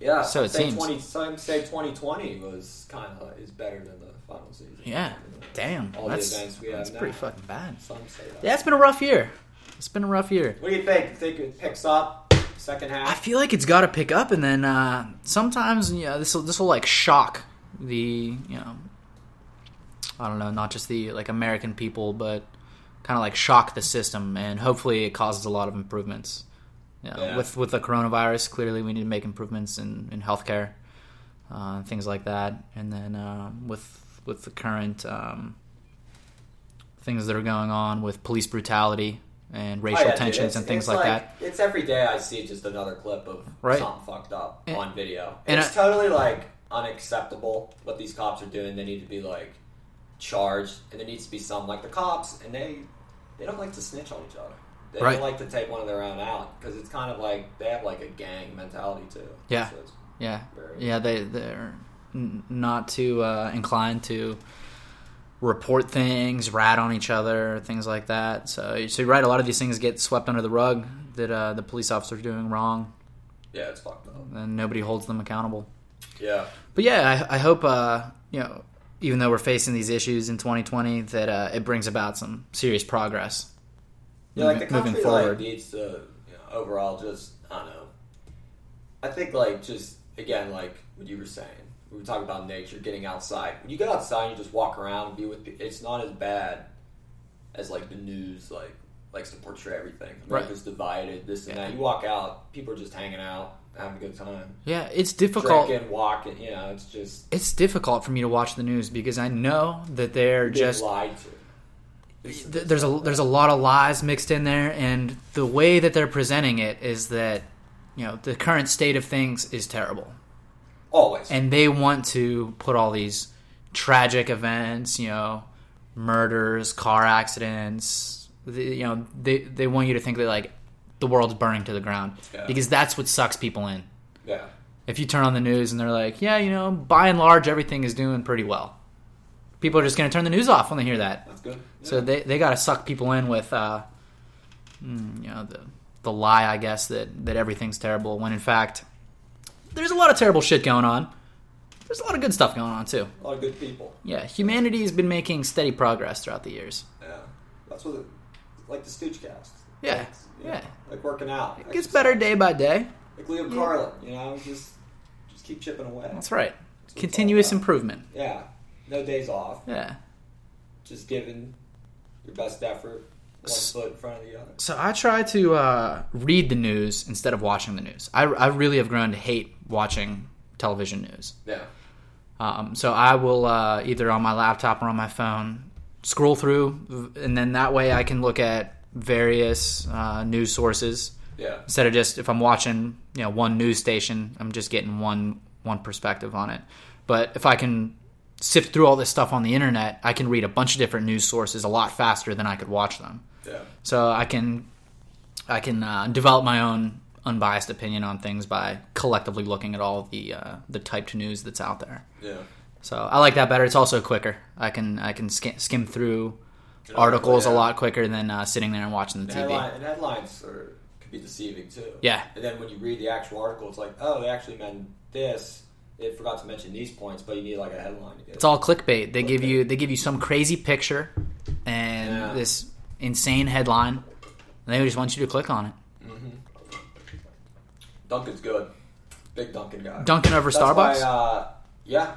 [SPEAKER 1] Yeah.
[SPEAKER 2] So it
[SPEAKER 1] say
[SPEAKER 2] seems.
[SPEAKER 1] Twenty. Some say twenty twenty was kind of is better than the final season.
[SPEAKER 2] Yeah. Damn.
[SPEAKER 1] All the
[SPEAKER 2] that's
[SPEAKER 1] events we have
[SPEAKER 2] that's pretty
[SPEAKER 1] now.
[SPEAKER 2] fucking bad.
[SPEAKER 1] Some say that.
[SPEAKER 2] Yeah, it's been a rough year. It's been a rough year.
[SPEAKER 1] What do you think? Think it picks up second
[SPEAKER 2] I
[SPEAKER 1] half?
[SPEAKER 2] feel like it's got to pick up, and then uh, sometimes you know this will this will like shock the you know I don't know, not just the like American people, but kind of like shock the system, and hopefully it causes a lot of improvements. You know,
[SPEAKER 1] Yeah.
[SPEAKER 2] With with the coronavirus, clearly we need to make improvements in in healthcare, uh, things like that, and then um with with the current um, things that are going on with police brutality and
[SPEAKER 1] Oh,
[SPEAKER 2] racial
[SPEAKER 1] yeah, dude,
[SPEAKER 2] tensions
[SPEAKER 1] it's-
[SPEAKER 2] and things
[SPEAKER 1] it's
[SPEAKER 2] like that.
[SPEAKER 1] It's every day I see just another clip of
[SPEAKER 2] Right.
[SPEAKER 1] something fucked up
[SPEAKER 2] And-
[SPEAKER 1] on video.
[SPEAKER 2] and
[SPEAKER 1] it's totally like unacceptable what these cops are doing. They need to be like charged, and there needs to be some like the cops, and they they don't like to snitch on each other. They
[SPEAKER 2] Right.
[SPEAKER 1] don't like to take one of their own out because it's kind of like they have like a gang mentality too.
[SPEAKER 2] Yeah.
[SPEAKER 1] So it's-
[SPEAKER 2] Yeah,
[SPEAKER 1] Very-
[SPEAKER 2] yeah, they they're n- not too uh, inclined to report things, rat on each other, things like that. So, so you're right. A lot of these things get swept under the rug that uh, the police officers are doing wrong,
[SPEAKER 1] yeah, it's fucked up.
[SPEAKER 2] and nobody holds them accountable.
[SPEAKER 1] Yeah.
[SPEAKER 2] But yeah, I, I hope uh, you know, even though we're facing these issues in 2020, that uh, it brings about some serious progress.
[SPEAKER 1] Yeah, like the
[SPEAKER 2] Moving
[SPEAKER 1] country
[SPEAKER 2] forward.
[SPEAKER 1] like needs to you know, overall just I don't know. I think like just again like what you were saying. We were talking about nature, getting outside. When you go outside, and you just walk around and be with. pe- It's not as bad as like the news like likes to portray everything. America's divided, this and
[SPEAKER 2] Yeah.
[SPEAKER 1] that. You walk out, people are just hanging out, having a good time,
[SPEAKER 2] Yeah, it's difficult.
[SPEAKER 1] drinking, walking. You know, it's just
[SPEAKER 2] It's difficult for me to watch the news because I know that they're
[SPEAKER 1] being
[SPEAKER 2] just
[SPEAKER 1] lied to.
[SPEAKER 2] th- there's a there's a lot of lies mixed in there, and the way that they're presenting it is that you know the current state of things is terrible,
[SPEAKER 1] Always,
[SPEAKER 2] and they want to put all these tragic events, you know, murders, car accidents, the, you know, they they want you to think that like the world's burning to the ground
[SPEAKER 1] Yeah.
[SPEAKER 2] because that's what sucks people in.
[SPEAKER 1] yeah.
[SPEAKER 2] If you turn on the news and they're like, yeah, you know, by and large everything is doing pretty well. People are just going to turn the news off when they hear that.
[SPEAKER 1] That's good.
[SPEAKER 2] So they they got to suck people in with, uh, mm, you know, the the lie, I guess, that that everything's terrible. When in fact, there's a lot of terrible shit going on. There's a lot of good stuff going on too.
[SPEAKER 1] a lot of good people.
[SPEAKER 2] Yeah, humanity has been making steady progress throughout the years.
[SPEAKER 1] Yeah, that's what it, like the Stooge cast.
[SPEAKER 2] Yeah,
[SPEAKER 1] like, you know,
[SPEAKER 2] yeah.
[SPEAKER 1] like working out.
[SPEAKER 2] It gets better day by day.
[SPEAKER 1] Like Leo
[SPEAKER 2] Yeah.
[SPEAKER 1] Carlin, you know, just just keep chipping away.
[SPEAKER 2] That's right.
[SPEAKER 1] That's what it's
[SPEAKER 2] Continuous
[SPEAKER 1] all about.
[SPEAKER 2] improvement.
[SPEAKER 1] Yeah, no days off.
[SPEAKER 2] Yeah.
[SPEAKER 1] Just giving your best effort, one
[SPEAKER 2] S-
[SPEAKER 1] foot in front of the other.
[SPEAKER 2] So I try to uh, read the news instead of watching the news. I, I really have grown to hate watching television news.
[SPEAKER 1] Yeah,
[SPEAKER 2] Um, so I will uh, either on my laptop or on my phone scroll through, and then that way I can look at various uh, news sources
[SPEAKER 1] yeah,
[SPEAKER 2] instead of just if I'm watching you know one news station, I'm just getting one one perspective on it. But if I can sift through all this stuff on the internet, I can read a bunch of different news sources a lot faster than I could watch them.
[SPEAKER 1] yeah,
[SPEAKER 2] So I can I can uh, develop my own unbiased opinion on things by collectively looking at all the uh, the typed news that's out there.
[SPEAKER 1] yeah.
[SPEAKER 2] So I like that better. It's also quicker. I can I can skim, skim through
[SPEAKER 1] Good
[SPEAKER 2] articles
[SPEAKER 1] article,
[SPEAKER 2] a
[SPEAKER 1] Oh, yeah.
[SPEAKER 2] lot quicker than uh, sitting there and watching the
[SPEAKER 1] And,
[SPEAKER 2] TV.
[SPEAKER 1] headline, and headlines are could be deceiving too.
[SPEAKER 2] Yeah.
[SPEAKER 1] and then when you read the actual article, it's like, oh, they actually meant this. They forgot to mention these points, but you need like a headline to get
[SPEAKER 2] It's all clickbait. They give
[SPEAKER 1] Clickbait.
[SPEAKER 2] you they give you some crazy picture and
[SPEAKER 1] Yeah.
[SPEAKER 2] this insane headline. And they just want you to click on it.
[SPEAKER 1] Mm-hmm. Duncan's good. Big Duncan guy.
[SPEAKER 2] Dunkin' over
[SPEAKER 1] That's
[SPEAKER 2] Starbucks.
[SPEAKER 1] why, uh, yeah,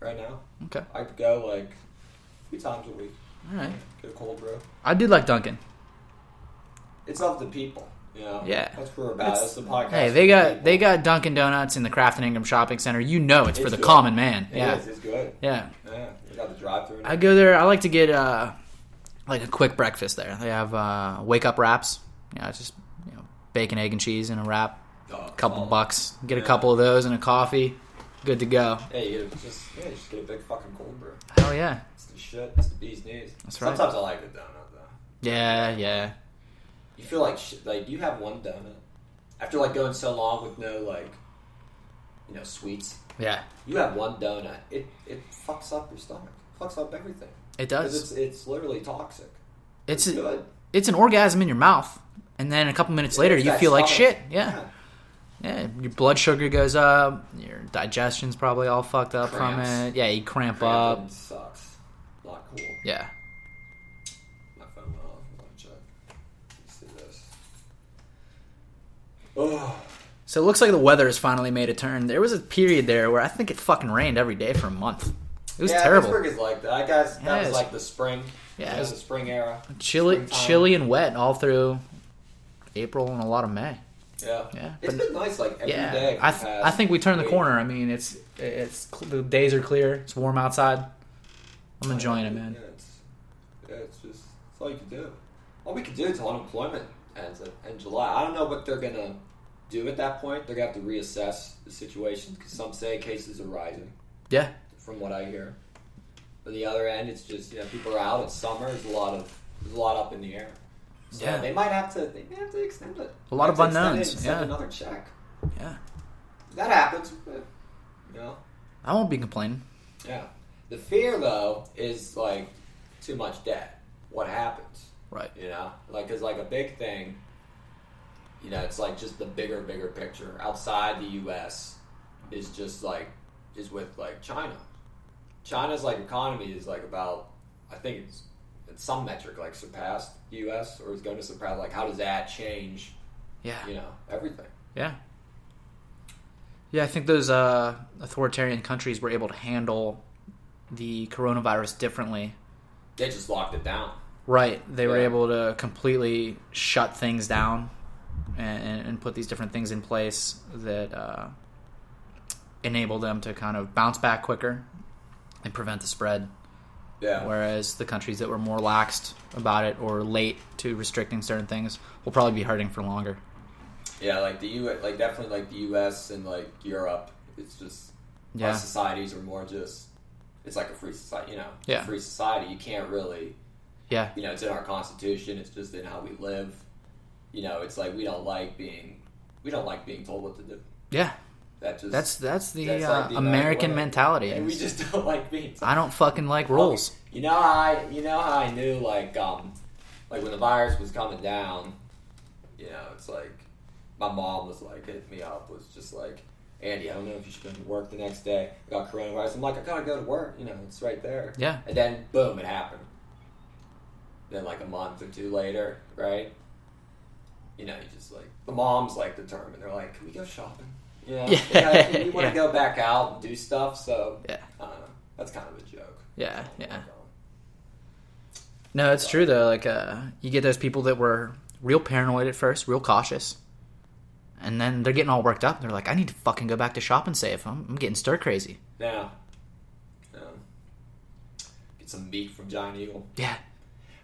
[SPEAKER 1] right now
[SPEAKER 2] okay.
[SPEAKER 1] I could go like a few times a week.
[SPEAKER 2] All right.
[SPEAKER 1] Get a cold brew.
[SPEAKER 2] I do like Duncan.
[SPEAKER 1] It's up to people. You know?
[SPEAKER 2] Yeah.
[SPEAKER 1] That's what we're about.
[SPEAKER 2] It's-
[SPEAKER 1] That's the podcast.
[SPEAKER 2] Hey, they
[SPEAKER 1] People.
[SPEAKER 2] got they got Dunkin' Donuts in the Kraft and Ingram Shopping Center. You know it's for
[SPEAKER 1] It's
[SPEAKER 2] the
[SPEAKER 1] good.
[SPEAKER 2] common man.
[SPEAKER 1] It
[SPEAKER 2] Yeah,
[SPEAKER 1] is, It's good.
[SPEAKER 2] yeah.
[SPEAKER 1] Yeah. They got the drive through.
[SPEAKER 2] I go there. I like to get uh, like a quick breakfast there. They have uh, wake up wraps. You know, it's just you know, bacon, egg, and cheese in a wrap.
[SPEAKER 1] A
[SPEAKER 2] A couple bucks. Get a
[SPEAKER 1] Yeah.
[SPEAKER 2] couple of those and a coffee. Good to go.
[SPEAKER 1] Yeah, you get a, just yeah, you just get a big fucking cold brew.
[SPEAKER 2] Hell yeah,
[SPEAKER 1] It's the shit. It's the bee's knees.
[SPEAKER 2] That's right.
[SPEAKER 1] Sometimes I like the donut though.
[SPEAKER 2] yeah, yeah.
[SPEAKER 1] You feel like shit, like you have one donut after like going so long with no like you know sweets.
[SPEAKER 2] Yeah,
[SPEAKER 1] You have one donut. It it fucks up your stomach. Fucks up everything.
[SPEAKER 2] it
[SPEAKER 1] 'Cause
[SPEAKER 2] does.
[SPEAKER 1] it's it's literally toxic.
[SPEAKER 2] It's
[SPEAKER 1] It's
[SPEAKER 2] a,
[SPEAKER 1] good.
[SPEAKER 2] it's an orgasm in your mouth, and then a couple minutes later
[SPEAKER 1] It's
[SPEAKER 2] you
[SPEAKER 1] that
[SPEAKER 2] feel like
[SPEAKER 1] stomach.
[SPEAKER 2] shit. Yeah, yeah. Your blood sugar goes up. Your digestion's probably all fucked up
[SPEAKER 1] Cramps.
[SPEAKER 2] from it. Yeah, you cramp
[SPEAKER 1] Cramping
[SPEAKER 2] up.
[SPEAKER 1] sucks. Not cool.
[SPEAKER 2] Yeah.
[SPEAKER 1] My phone went off. I want to check. Let's see this. Oh,
[SPEAKER 2] So it looks like the weather has finally made a turn. There was a period there where I think it fucking rained every day for a month. It was
[SPEAKER 1] yeah,
[SPEAKER 2] terrible.
[SPEAKER 1] Pittsburgh is like that. I guess
[SPEAKER 2] Yeah,
[SPEAKER 1] that was
[SPEAKER 2] it's-
[SPEAKER 1] like the spring.
[SPEAKER 2] Yeah,
[SPEAKER 1] that was the
[SPEAKER 2] it's-
[SPEAKER 1] spring era.
[SPEAKER 2] Chilly,
[SPEAKER 1] Springtime.
[SPEAKER 2] chilly and wet all through April and a lot of May.
[SPEAKER 1] Yeah,
[SPEAKER 2] Yeah,
[SPEAKER 1] It's
[SPEAKER 2] but-
[SPEAKER 1] been nice like every day.
[SPEAKER 2] yeah,
[SPEAKER 1] for
[SPEAKER 2] I,
[SPEAKER 1] the
[SPEAKER 2] th-
[SPEAKER 1] past
[SPEAKER 2] I think we turned the
[SPEAKER 1] week.
[SPEAKER 2] corner. I mean, it's it's cl- the days are clear. It's warm outside. I'm enjoying it, man.
[SPEAKER 1] Yeah, it's, yeah, it's just it's all you can do. All we can do until unemployment ends in, in July. I don't know what they're gonna do at that point. They're gonna have to reassess the situation because some say cases are rising.
[SPEAKER 2] Yeah,
[SPEAKER 1] from what I hear. On the other end, it's just you know people are out. It's summer. There's a lot of there's a lot up in the air. So
[SPEAKER 2] Yeah.
[SPEAKER 1] they might have to they may have to extend it.
[SPEAKER 2] A lot
[SPEAKER 1] They have
[SPEAKER 2] of
[SPEAKER 1] to extend it
[SPEAKER 2] unknowns,
[SPEAKER 1] and Send
[SPEAKER 2] yeah.
[SPEAKER 1] another check.
[SPEAKER 2] yeah.
[SPEAKER 1] If that happens. eh, You know.
[SPEAKER 2] I won't be complaining.
[SPEAKER 1] Yeah. The fear though is like too much debt. What happens?
[SPEAKER 2] Right.
[SPEAKER 1] You know, like it's like a big thing. You know, it's like just the bigger, bigger picture outside the U.S. is just like is with like China. China's like economy is like about I think it's, it's some metric like surpassed the U.S. or is going to surpass. Like, how does that change?
[SPEAKER 2] Yeah.
[SPEAKER 1] You know, everything.
[SPEAKER 2] Yeah. Yeah, I think those uh, authoritarian countries were able to handle the coronavirus differently.
[SPEAKER 1] They just locked it down.
[SPEAKER 2] Right. They were
[SPEAKER 1] Yeah.
[SPEAKER 2] able to completely shut things down and, and, and put these different things in place that uh, enable them to kind of bounce back quicker and prevent the spread.
[SPEAKER 1] Yeah.
[SPEAKER 2] Whereas the countries that were more laxed about it or late to restricting certain things will probably be hurting for longer.
[SPEAKER 1] Yeah, like the U, like definitely like the U.S. and like Europe. It's just our
[SPEAKER 2] Yeah.
[SPEAKER 1] societies are more just. It's like a free society, you know.
[SPEAKER 2] Yeah.
[SPEAKER 1] Free society. You can't really,
[SPEAKER 2] Yeah.
[SPEAKER 1] you know, it's in our constitution. It's just in how we live. You know, it's like we don't like being, we don't like being told what to do.
[SPEAKER 2] Yeah.
[SPEAKER 1] That just
[SPEAKER 2] That's that's the,
[SPEAKER 1] that's
[SPEAKER 2] uh,
[SPEAKER 1] like the
[SPEAKER 2] American
[SPEAKER 1] way.
[SPEAKER 2] mentality.
[SPEAKER 1] And we just don't like being. told.
[SPEAKER 2] I don't fucking like rules.
[SPEAKER 1] You know, how I you know how I knew like um like when the virus was coming down, you know, it's like my mom was like hitting me up was just like Andy, I don't know if you should go to work the next day. I got coronavirus. I'm like, I gotta go to work. You know, it's right there.
[SPEAKER 2] Yeah.
[SPEAKER 1] And then boom, it happened. Then like a month or two later, right? You know, you just like the mom's like determined. They're like, can we go shopping? You know,
[SPEAKER 2] Yeah.
[SPEAKER 1] yeah, we want to
[SPEAKER 2] Yeah.
[SPEAKER 1] go back out and do stuff. So
[SPEAKER 2] Yeah.
[SPEAKER 1] I don't know. That's kind of a joke.
[SPEAKER 2] Yeah, yeah. No, it's true though. Like uh, you get those people that were real paranoid at first, real cautious, and then they're getting all worked up. They're like, I need to fucking go back to shop and save. I'm, I'm getting stir crazy.
[SPEAKER 1] Now, um, get some meat from Giant Eagle.
[SPEAKER 2] Yeah,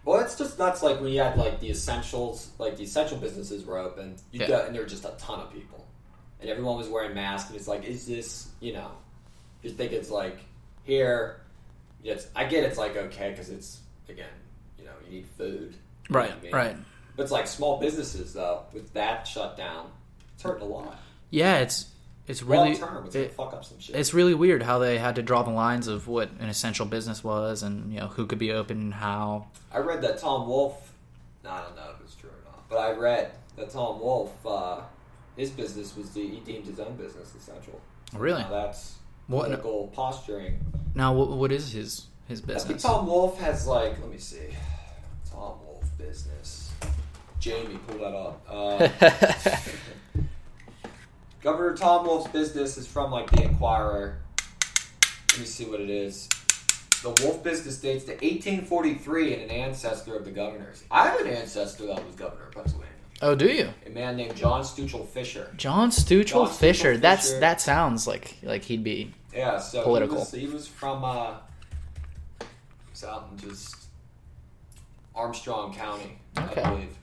[SPEAKER 1] Well, it's just nuts. Like when you had like the essentials, like the essential businesses were open. You
[SPEAKER 2] Yeah.
[SPEAKER 1] go, and there were just a ton of people, and everyone was wearing masks. And it's like, is this you know? You think it's like here? Yes, I get it's like okay because it's again, you know, you need food, You know
[SPEAKER 2] right,
[SPEAKER 1] what I mean?
[SPEAKER 2] right.
[SPEAKER 1] But it's like small businesses though with that shutdown, it's hurting a lot.
[SPEAKER 2] Yeah, it's it's really
[SPEAKER 1] Long term, it's
[SPEAKER 2] it-
[SPEAKER 1] gonna fuck up some shit.
[SPEAKER 2] it's really weird how they had to draw the lines of what an essential business was and you know who could be open and how.
[SPEAKER 1] I read that Tom Wolf. I don't know if it's true or not, but I read that Tom Wolf, uh, his business was the, he deemed his own business essential.
[SPEAKER 2] Really?
[SPEAKER 1] Now that's
[SPEAKER 2] What-
[SPEAKER 1] political posturing.
[SPEAKER 2] Now, what, what is his his
[SPEAKER 1] I think
[SPEAKER 2] business?
[SPEAKER 1] Tom Wolf has like, let me see, Tom Wolf business. Jamie, pull that up. Uh, Governor Tom Wolf's business is from like the Inquirer. Let me see what it is. The wolf business dates to 1843 and an ancestor of the governor's. I have an ancestor that was governor of Pennsylvania.
[SPEAKER 2] Oh, do you?
[SPEAKER 1] A man named John Stuchel Fisher.
[SPEAKER 2] John Stuchel
[SPEAKER 1] John Stuchel
[SPEAKER 2] Fisher. That's
[SPEAKER 1] Fisher.
[SPEAKER 2] that sounds like like he'd be.
[SPEAKER 1] Yeah, so
[SPEAKER 2] Political.
[SPEAKER 1] He, was, he was from uh, he was out in just Armstrong County,
[SPEAKER 2] Okay.
[SPEAKER 1] I believe.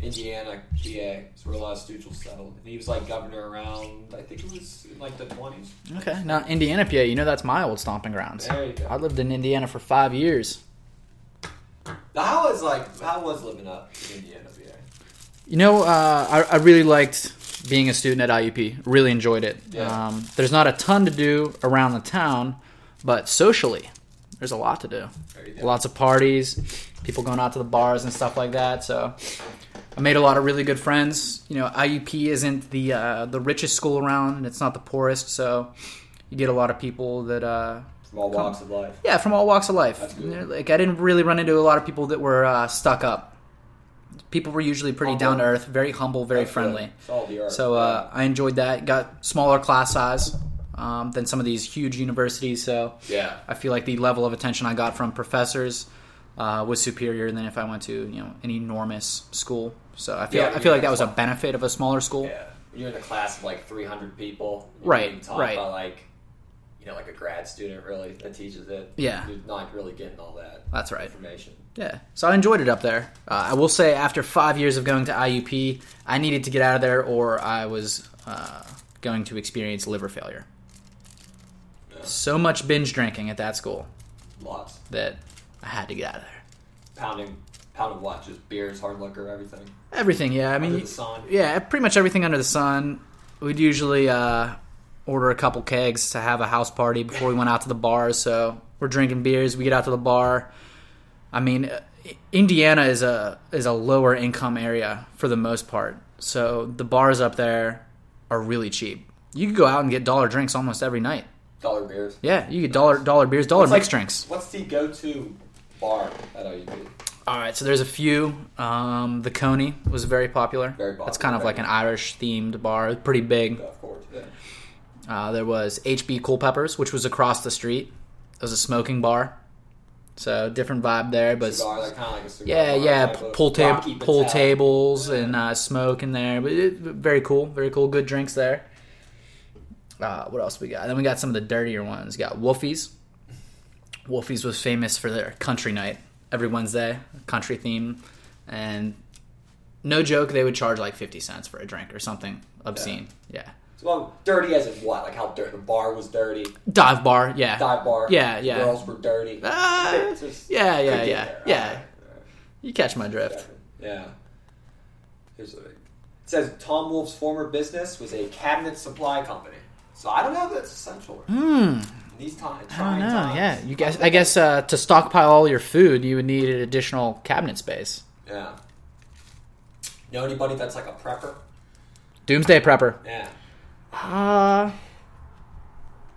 [SPEAKER 1] Indiana, PA is where a lot of Stuchel settled. And he was like governor around, I think it was in like the 20s.
[SPEAKER 2] Okay. Now Indiana, PA. You know that's my old stomping grounds.
[SPEAKER 1] There you go.
[SPEAKER 2] I lived in Indiana for five years.
[SPEAKER 1] How was like, how was living up in Indiana, PA?
[SPEAKER 2] You know, uh, I, I really liked being a student at IUP. Really enjoyed it.
[SPEAKER 1] Yeah.
[SPEAKER 2] Um, there's not a ton to do around the town, but socially, there's a lot to do.
[SPEAKER 1] There you go.
[SPEAKER 2] Lots of parties, people going out to the bars and stuff like that. So I made a lot of really good friends. You know, IUP isn't the uh, the richest school around, and it's not the poorest. So you get a lot of people that. Uh,
[SPEAKER 1] From all walks of life.
[SPEAKER 2] yeah, from all walks of life.
[SPEAKER 1] That's good.
[SPEAKER 2] You know, Like I didn't really run into a lot of people that were uh, stuck up. People were usually pretty
[SPEAKER 1] Humble.
[SPEAKER 2] down to earth, very humble, very
[SPEAKER 1] That's
[SPEAKER 2] friendly.
[SPEAKER 1] good. It's all the art.
[SPEAKER 2] So uh, I enjoyed that. Got smaller class size um, than some of these huge universities. So
[SPEAKER 1] yeah.
[SPEAKER 2] I feel like the level of attention I got from professors uh, was superior than if I went to you know an enormous school. So I feel
[SPEAKER 1] Yeah,
[SPEAKER 2] I
[SPEAKER 1] yeah,
[SPEAKER 2] feel like that was a
[SPEAKER 1] that's-
[SPEAKER 2] benefit of a smaller school.
[SPEAKER 1] Yeah, when you're in a class of like 300 people, you're
[SPEAKER 2] Right,
[SPEAKER 1] being taught
[SPEAKER 2] right.
[SPEAKER 1] By like, you know, like a grad student really that teaches it.
[SPEAKER 2] Yeah.
[SPEAKER 1] you're not really getting all that
[SPEAKER 2] That's right.
[SPEAKER 1] information.
[SPEAKER 2] Yeah, so I enjoyed it up there. Uh, I will say, after five years of going to IUP, I needed to get out of there, or I was uh, going to experience liver failure.
[SPEAKER 1] Yeah.
[SPEAKER 2] So much binge drinking at that school
[SPEAKER 1] Lots
[SPEAKER 2] that I had to get out of there.
[SPEAKER 1] pounding, pounding what? Just beers, hard liquor, everything.
[SPEAKER 2] Everything, yeah. I
[SPEAKER 1] Under
[SPEAKER 2] mean,
[SPEAKER 1] the sun.
[SPEAKER 2] yeah, pretty much everything under the sun. We'd usually uh, order a couple kegs to have a house party before we went out to the bar. So we're drinking beers. We get out to the bar. I mean, uh, Indiana is a is a lower income area for the most part. So the bars up there are really cheap. You could go out and get dollar drinks almost every night.
[SPEAKER 1] Dollar beers.
[SPEAKER 2] Yeah, you get dollar dollar beers, dollar
[SPEAKER 1] What's
[SPEAKER 2] mixed
[SPEAKER 1] like-
[SPEAKER 2] drinks.
[SPEAKER 1] What's the go-to bar at IUP?
[SPEAKER 2] All right, so there's a few. Um, the Coney was very popular.
[SPEAKER 1] Very popular,
[SPEAKER 2] That's kind of
[SPEAKER 1] very
[SPEAKER 2] like an Irish themed bar, pretty big.
[SPEAKER 1] Of course. Yeah.
[SPEAKER 2] Uh, there was HB Cool Peppers, which was across the street. It was a smoking bar, so different vibe there. But
[SPEAKER 1] Cigar, like kind of like a cigar.
[SPEAKER 2] yeah,
[SPEAKER 1] bar
[SPEAKER 2] yeah,
[SPEAKER 1] type
[SPEAKER 2] p-
[SPEAKER 1] of
[SPEAKER 2] pool table,
[SPEAKER 1] Rocky
[SPEAKER 2] pool
[SPEAKER 1] Patel.
[SPEAKER 2] tables, and uh, smoke in there. But it, very cool, very cool. Good drinks there. Uh, what else we got? Then we got some of the dirtier ones. got Wolfies. Wolfies was famous for their country night every Wednesday, country theme, and no joke, they would charge like fifty cents for a drink or something obscene. yeah.
[SPEAKER 1] Well, dirty as in what? Like how dirty? The bar was dirty.
[SPEAKER 2] Dive bar, yeah.
[SPEAKER 1] Dive bar.
[SPEAKER 2] Uh, Yeah, yeah.
[SPEAKER 1] Girls were dirty.
[SPEAKER 2] Ah,
[SPEAKER 1] Just-
[SPEAKER 2] yeah, yeah,
[SPEAKER 1] Could get
[SPEAKER 2] yeah,
[SPEAKER 1] there.
[SPEAKER 2] yeah.
[SPEAKER 1] Alright, alright.
[SPEAKER 2] You catch my drift.
[SPEAKER 1] Yeah. Here's a, it says Tom Wolf's former business was a cabinet supply company. So I don't know if that's essential. or not.
[SPEAKER 2] Hmm.
[SPEAKER 1] In these times,
[SPEAKER 2] I don't
[SPEAKER 1] trying
[SPEAKER 2] know.
[SPEAKER 1] times.
[SPEAKER 2] Yeah, you guess. I guess uh, to stockpile all your food, you would need an additional cabinet space.
[SPEAKER 1] Yeah. Know anybody that's like a prepper?
[SPEAKER 2] Doomsday prepper.
[SPEAKER 1] Yeah.
[SPEAKER 2] Uh,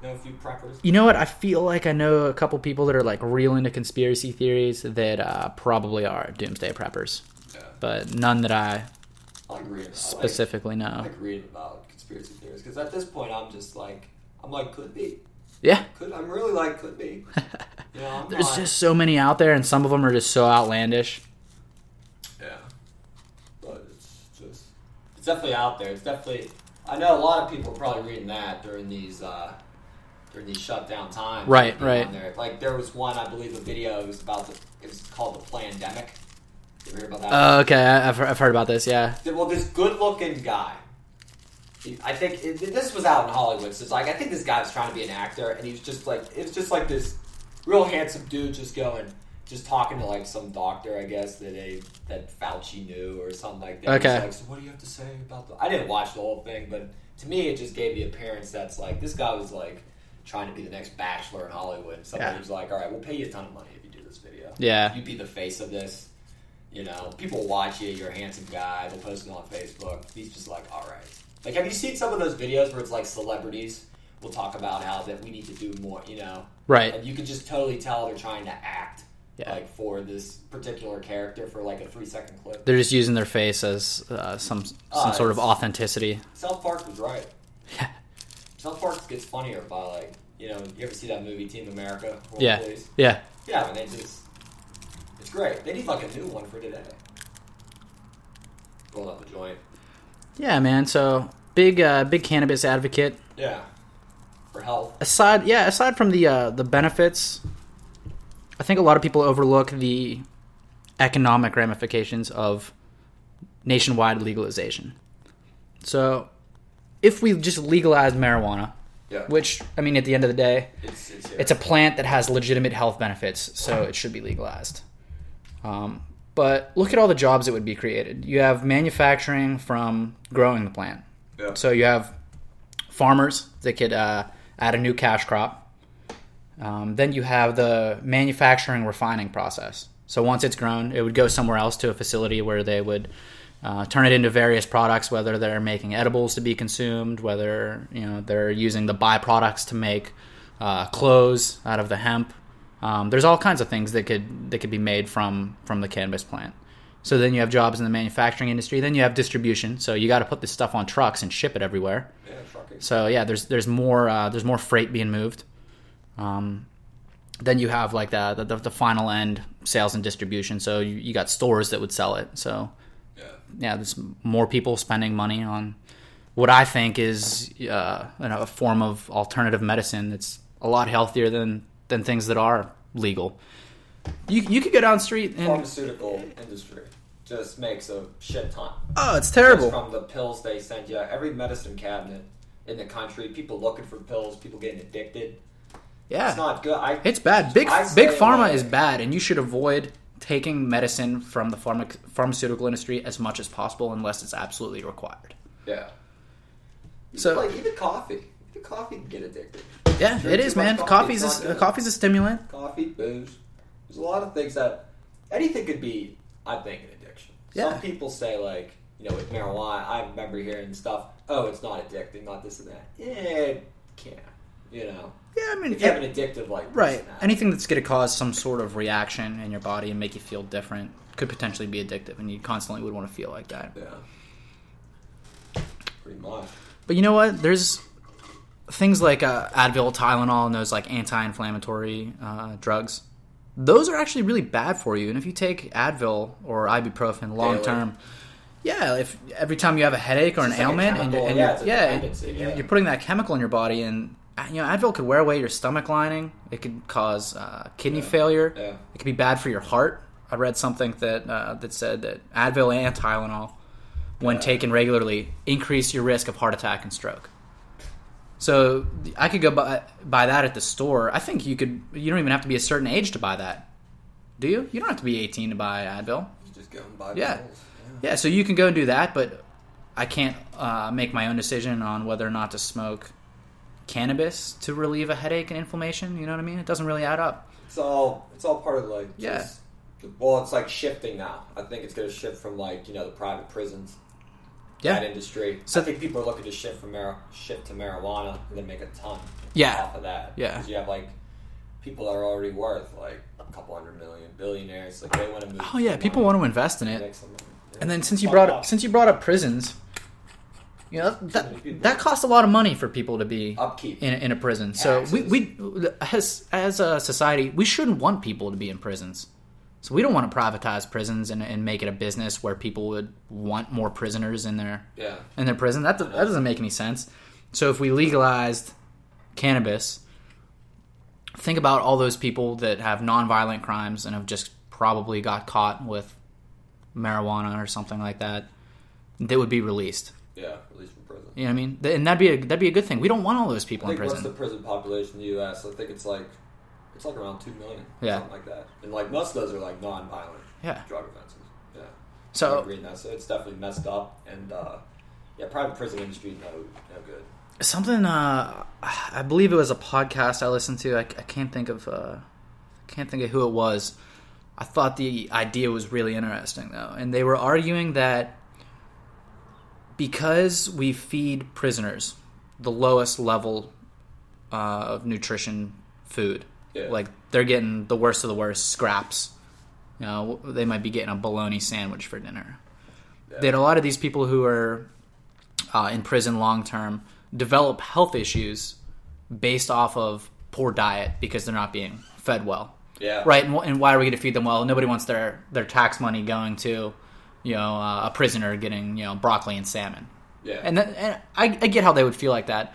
[SPEAKER 1] Know a few preppers.
[SPEAKER 2] you know what? I feel like I know a couple people that are like real into conspiracy theories that uh, probably are doomsday preppers,
[SPEAKER 1] Yeah.
[SPEAKER 2] but none that I
[SPEAKER 1] I like reading. I like-
[SPEAKER 2] specifically
[SPEAKER 1] I
[SPEAKER 2] know.
[SPEAKER 1] like reading about conspiracy theories because at this point I'm just like I'm like could be
[SPEAKER 2] Yeah.
[SPEAKER 1] could I'm really like could be. You know, I'm
[SPEAKER 2] There's
[SPEAKER 1] not-
[SPEAKER 2] just so many out there, and some of them are just so outlandish.
[SPEAKER 1] Yeah. But it's just it's definitely out there. It's definitely I know a lot of people are probably reading that during these uh during these shutdown times.
[SPEAKER 2] Right,
[SPEAKER 1] You know,
[SPEAKER 2] right.
[SPEAKER 1] on There. Like there was one I believe a video it was about the it was called the pandemic. You ever hear about that?
[SPEAKER 2] Uh, okay, I- I've, he- I've heard about this. Yeah.
[SPEAKER 1] Th- well this good looking guy. he- I think it, this was out in Hollywood. So it's like I think this guy was trying to be an actor, and he was just like it was just like this real handsome dude just going, just talking to like some doctor, I guess that a that Fauci knew or something like that. He's
[SPEAKER 2] Okay.
[SPEAKER 1] like, so what do you have to say about the? I didn't watch the whole thing, but to me, it just gave the appearance that's like this guy was like trying to be the next Bachelor in Hollywood. Somebody
[SPEAKER 2] Yeah.
[SPEAKER 1] was like, all right, we'll pay you a ton of money if you do this video.
[SPEAKER 2] Yeah.
[SPEAKER 1] you be the face of this. You know, people watch you. You're a handsome guy. They'll post it on Facebook. He's just like, all right. Like, have you seen some of those videos where it's like celebrities will talk about how that we need to do more? You know,
[SPEAKER 2] Right.
[SPEAKER 1] and you can just totally tell they're trying to act
[SPEAKER 2] Yeah.
[SPEAKER 1] like for this particular character for like a three second clip.
[SPEAKER 2] They're just using their face as uh, some some
[SPEAKER 1] Uh,
[SPEAKER 2] sort of
[SPEAKER 1] it's-
[SPEAKER 2] authenticity.
[SPEAKER 1] South Park was right. South Park gets funnier by like you know you ever see that movie Team America? World
[SPEAKER 2] Yeah.
[SPEAKER 1] Police?
[SPEAKER 2] Yeah.
[SPEAKER 1] Yeah, and they just it's great. They need like a new one for today. Roll up the joint.
[SPEAKER 2] Yeah, man. So big, uh, big cannabis advocate.
[SPEAKER 1] Yeah, for health.
[SPEAKER 2] Aside, yeah, aside from the uh, the benefits, I think a lot of people overlook the economic ramifications of nationwide legalization. So, if we just legalize marijuana,
[SPEAKER 1] Yeah,
[SPEAKER 2] which I mean, at the end of the day,
[SPEAKER 1] it's it's, here.
[SPEAKER 2] it's a plant that has legitimate health benefits, so it should be legalized. Um, but look at all the jobs that would be created. You have manufacturing from growing the plant.
[SPEAKER 1] yeah.
[SPEAKER 2] So you have farmers that could uh, add a new cash crop. Um, then you have the manufacturing refining process. So once it's grown, it would go somewhere else to a facility where they would uh, turn it into various products, whether they're making edibles to be consumed, whether you know they're using the byproducts to make uh, clothes out of the hemp. Um, there's all kinds of things that could that could be made from from the cannabis plant. So then you have jobs in the manufacturing industry. Then you have distribution. So you got to put this stuff on trucks and ship it everywhere.
[SPEAKER 1] yeah, trucking.
[SPEAKER 2] So yeah, there's there's more uh, there's more freight being moved. Um, then you have like the, the the final end sales and distribution. So you, you got stores that would sell it. So
[SPEAKER 1] Yeah,
[SPEAKER 2] yeah, there's more people spending money on what I think is uh, you know, a form of alternative medicine that's a lot healthier than than things that are legal. You you could go down the street and
[SPEAKER 1] pharmaceutical industry just makes a shit ton.
[SPEAKER 2] oh, it's
[SPEAKER 1] Just
[SPEAKER 2] terrible.
[SPEAKER 1] from the pills they send you, every medicine cabinet in the country, people looking for pills, people getting addicted.
[SPEAKER 2] Yeah,
[SPEAKER 1] It's not good. I
[SPEAKER 2] It's bad. Big
[SPEAKER 1] I say
[SPEAKER 2] big pharma
[SPEAKER 1] like-
[SPEAKER 2] is bad, and you should avoid taking medicine from the pharma, pharmaceutical industry as much as possible, unless it's absolutely required.
[SPEAKER 1] yeah.
[SPEAKER 2] So-
[SPEAKER 1] like even coffee, even coffee can get addicted.
[SPEAKER 2] Yeah,
[SPEAKER 1] Drink
[SPEAKER 2] it
[SPEAKER 1] too
[SPEAKER 2] is,
[SPEAKER 1] much
[SPEAKER 2] man.
[SPEAKER 1] coffee,
[SPEAKER 2] Coffee's
[SPEAKER 1] it's
[SPEAKER 2] a,
[SPEAKER 1] not good.
[SPEAKER 2] coffee's a stimulant.
[SPEAKER 1] Coffee, booze. There's a lot of things that anything could be. I think an addiction.
[SPEAKER 2] Yeah.
[SPEAKER 1] Some people say like you know with marijuana. I remember hearing stuff. Oh, it's not addicting, not this and that. Yeah, it can. You know,
[SPEAKER 2] Yeah, I mean,
[SPEAKER 1] if you have an addictive like this
[SPEAKER 2] right.
[SPEAKER 1] and that.
[SPEAKER 2] Anything that's going to cause some sort of reaction in your body and make you feel different could potentially be addictive, and you constantly would want to feel like that.
[SPEAKER 1] Yeah. Pretty much.
[SPEAKER 2] But you know what? There's things like uh, Advil, Tylenol, and those like anti-inflammatory uh, drugs. Those are actually really bad for you. And if you take Advil or ibuprofen long term, yeah, if every time you have a headache or an
[SPEAKER 1] It's just like a
[SPEAKER 2] ailment, and,
[SPEAKER 1] chemical-
[SPEAKER 2] you're, and
[SPEAKER 1] yeah,
[SPEAKER 2] you're-
[SPEAKER 1] it's a
[SPEAKER 2] yeah,
[SPEAKER 1] dependency,
[SPEAKER 2] you're-
[SPEAKER 1] yeah.
[SPEAKER 2] you're putting that chemical in your body, and uh, you know Advil could wear away your stomach lining. It could cause uh, kidney failure.
[SPEAKER 1] Yeah.
[SPEAKER 2] It could be bad for your heart. I read something that uh, that said that Advil and Tylenol, when taken regularly, increase your risk of heart attack and stroke. So I could go buy, buy that at the store. I think you could. You don't even have to be a certain age to buy that, do you? You don't have to be 18 to buy Advil.
[SPEAKER 1] You just go and buy
[SPEAKER 2] Yeah.
[SPEAKER 1] pills.
[SPEAKER 2] Yeah, so you can go and do that, but I can't uh, make my own decision on whether or not to smoke cannabis to relieve a headache and inflammation. You know what I mean? It doesn't really add up.
[SPEAKER 1] It's all it's all part of like
[SPEAKER 2] Yeah.
[SPEAKER 1] just- well, it's like shifting now. I think it's going to shift from like you know the private prisons that
[SPEAKER 2] Yeah,
[SPEAKER 1] industry.
[SPEAKER 2] So-
[SPEAKER 1] I think people are looking to shift from mar- shift to marijuana and then make a ton
[SPEAKER 2] Yeah.
[SPEAKER 1] off of that.
[SPEAKER 2] Yeah.
[SPEAKER 1] 'Cause you have like people that are already worth like a couple hundred million billionaires. Like they want to move.
[SPEAKER 2] Oh yeah, people want to invest in
[SPEAKER 1] to
[SPEAKER 2] it.
[SPEAKER 1] make some money. Yeah.
[SPEAKER 2] And then since you
[SPEAKER 1] Fuck
[SPEAKER 2] brought
[SPEAKER 1] off.
[SPEAKER 2] up, since you brought up prisons, you know that that costs a lot of money for people to be
[SPEAKER 1] upkeep.
[SPEAKER 2] in, in a prison. So we, we as as a society, we shouldn't want people to be in prisons. So we don't want to privatize prisons and, and make it a business where people would want more prisoners in their
[SPEAKER 1] yeah,
[SPEAKER 2] in their prison. That that doesn't make any sense. So if we legalized cannabis, think about all those people that have nonviolent crimes and have just probably got caught with marijuana or something like that. That would be released.
[SPEAKER 1] yeah, released from prison.
[SPEAKER 2] You know what I mean? Th- And that'd be a that'd be a good thing. We don't want all those people
[SPEAKER 1] I
[SPEAKER 2] in
[SPEAKER 1] think what's
[SPEAKER 2] prison.
[SPEAKER 1] the prison population in the U.S.? I think it's like it's like around two million,
[SPEAKER 2] Yeah.
[SPEAKER 1] something like that. And like most of those are like non-violent
[SPEAKER 2] Yeah.
[SPEAKER 1] drug offenses. Yeah, I
[SPEAKER 2] So
[SPEAKER 1] agree on that. So it's definitely messed up, and uh, yeah, private prison industry no no good.
[SPEAKER 2] something uh, I believe it was a podcast I listened to. I, I can't think of uh, can't think of who it was. I thought the idea was really interesting though, and they were arguing that because we feed prisoners the lowest level uh, of nutrition food,
[SPEAKER 1] Yeah.
[SPEAKER 2] like they're getting the worst of the worst scraps. You know, they might be getting a bologna sandwich for dinner.
[SPEAKER 1] Yeah.
[SPEAKER 2] That a lot of these people who are uh, in prison long term develop health issues based off of poor diet because they're not being fed well.
[SPEAKER 1] Yeah.
[SPEAKER 2] Right, and, wh- and why are we going to feed them well? Nobody wants their, their tax money going to, you know, uh, a prisoner getting you know broccoli and salmon.
[SPEAKER 1] Yeah.
[SPEAKER 2] And, that, and I, I get how they would feel like that,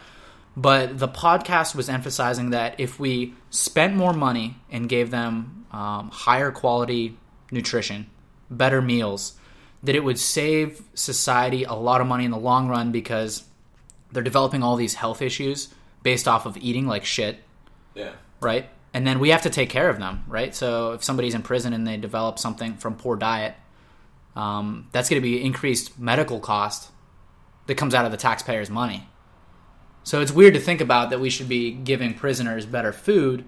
[SPEAKER 2] but the podcast was emphasizing that if we spent more money and gave them um, higher quality nutrition, better meals, that it would save society a lot of money in the long run because they're developing all these health issues based off of eating like shit
[SPEAKER 1] yeah.
[SPEAKER 2] right? And then we have to take care of them, right? So if somebody's in prison and they develop something from poor diet, um, that's going to be increased medical cost that comes out of the taxpayer's money. So it's weird to think about that we should be giving prisoners better food,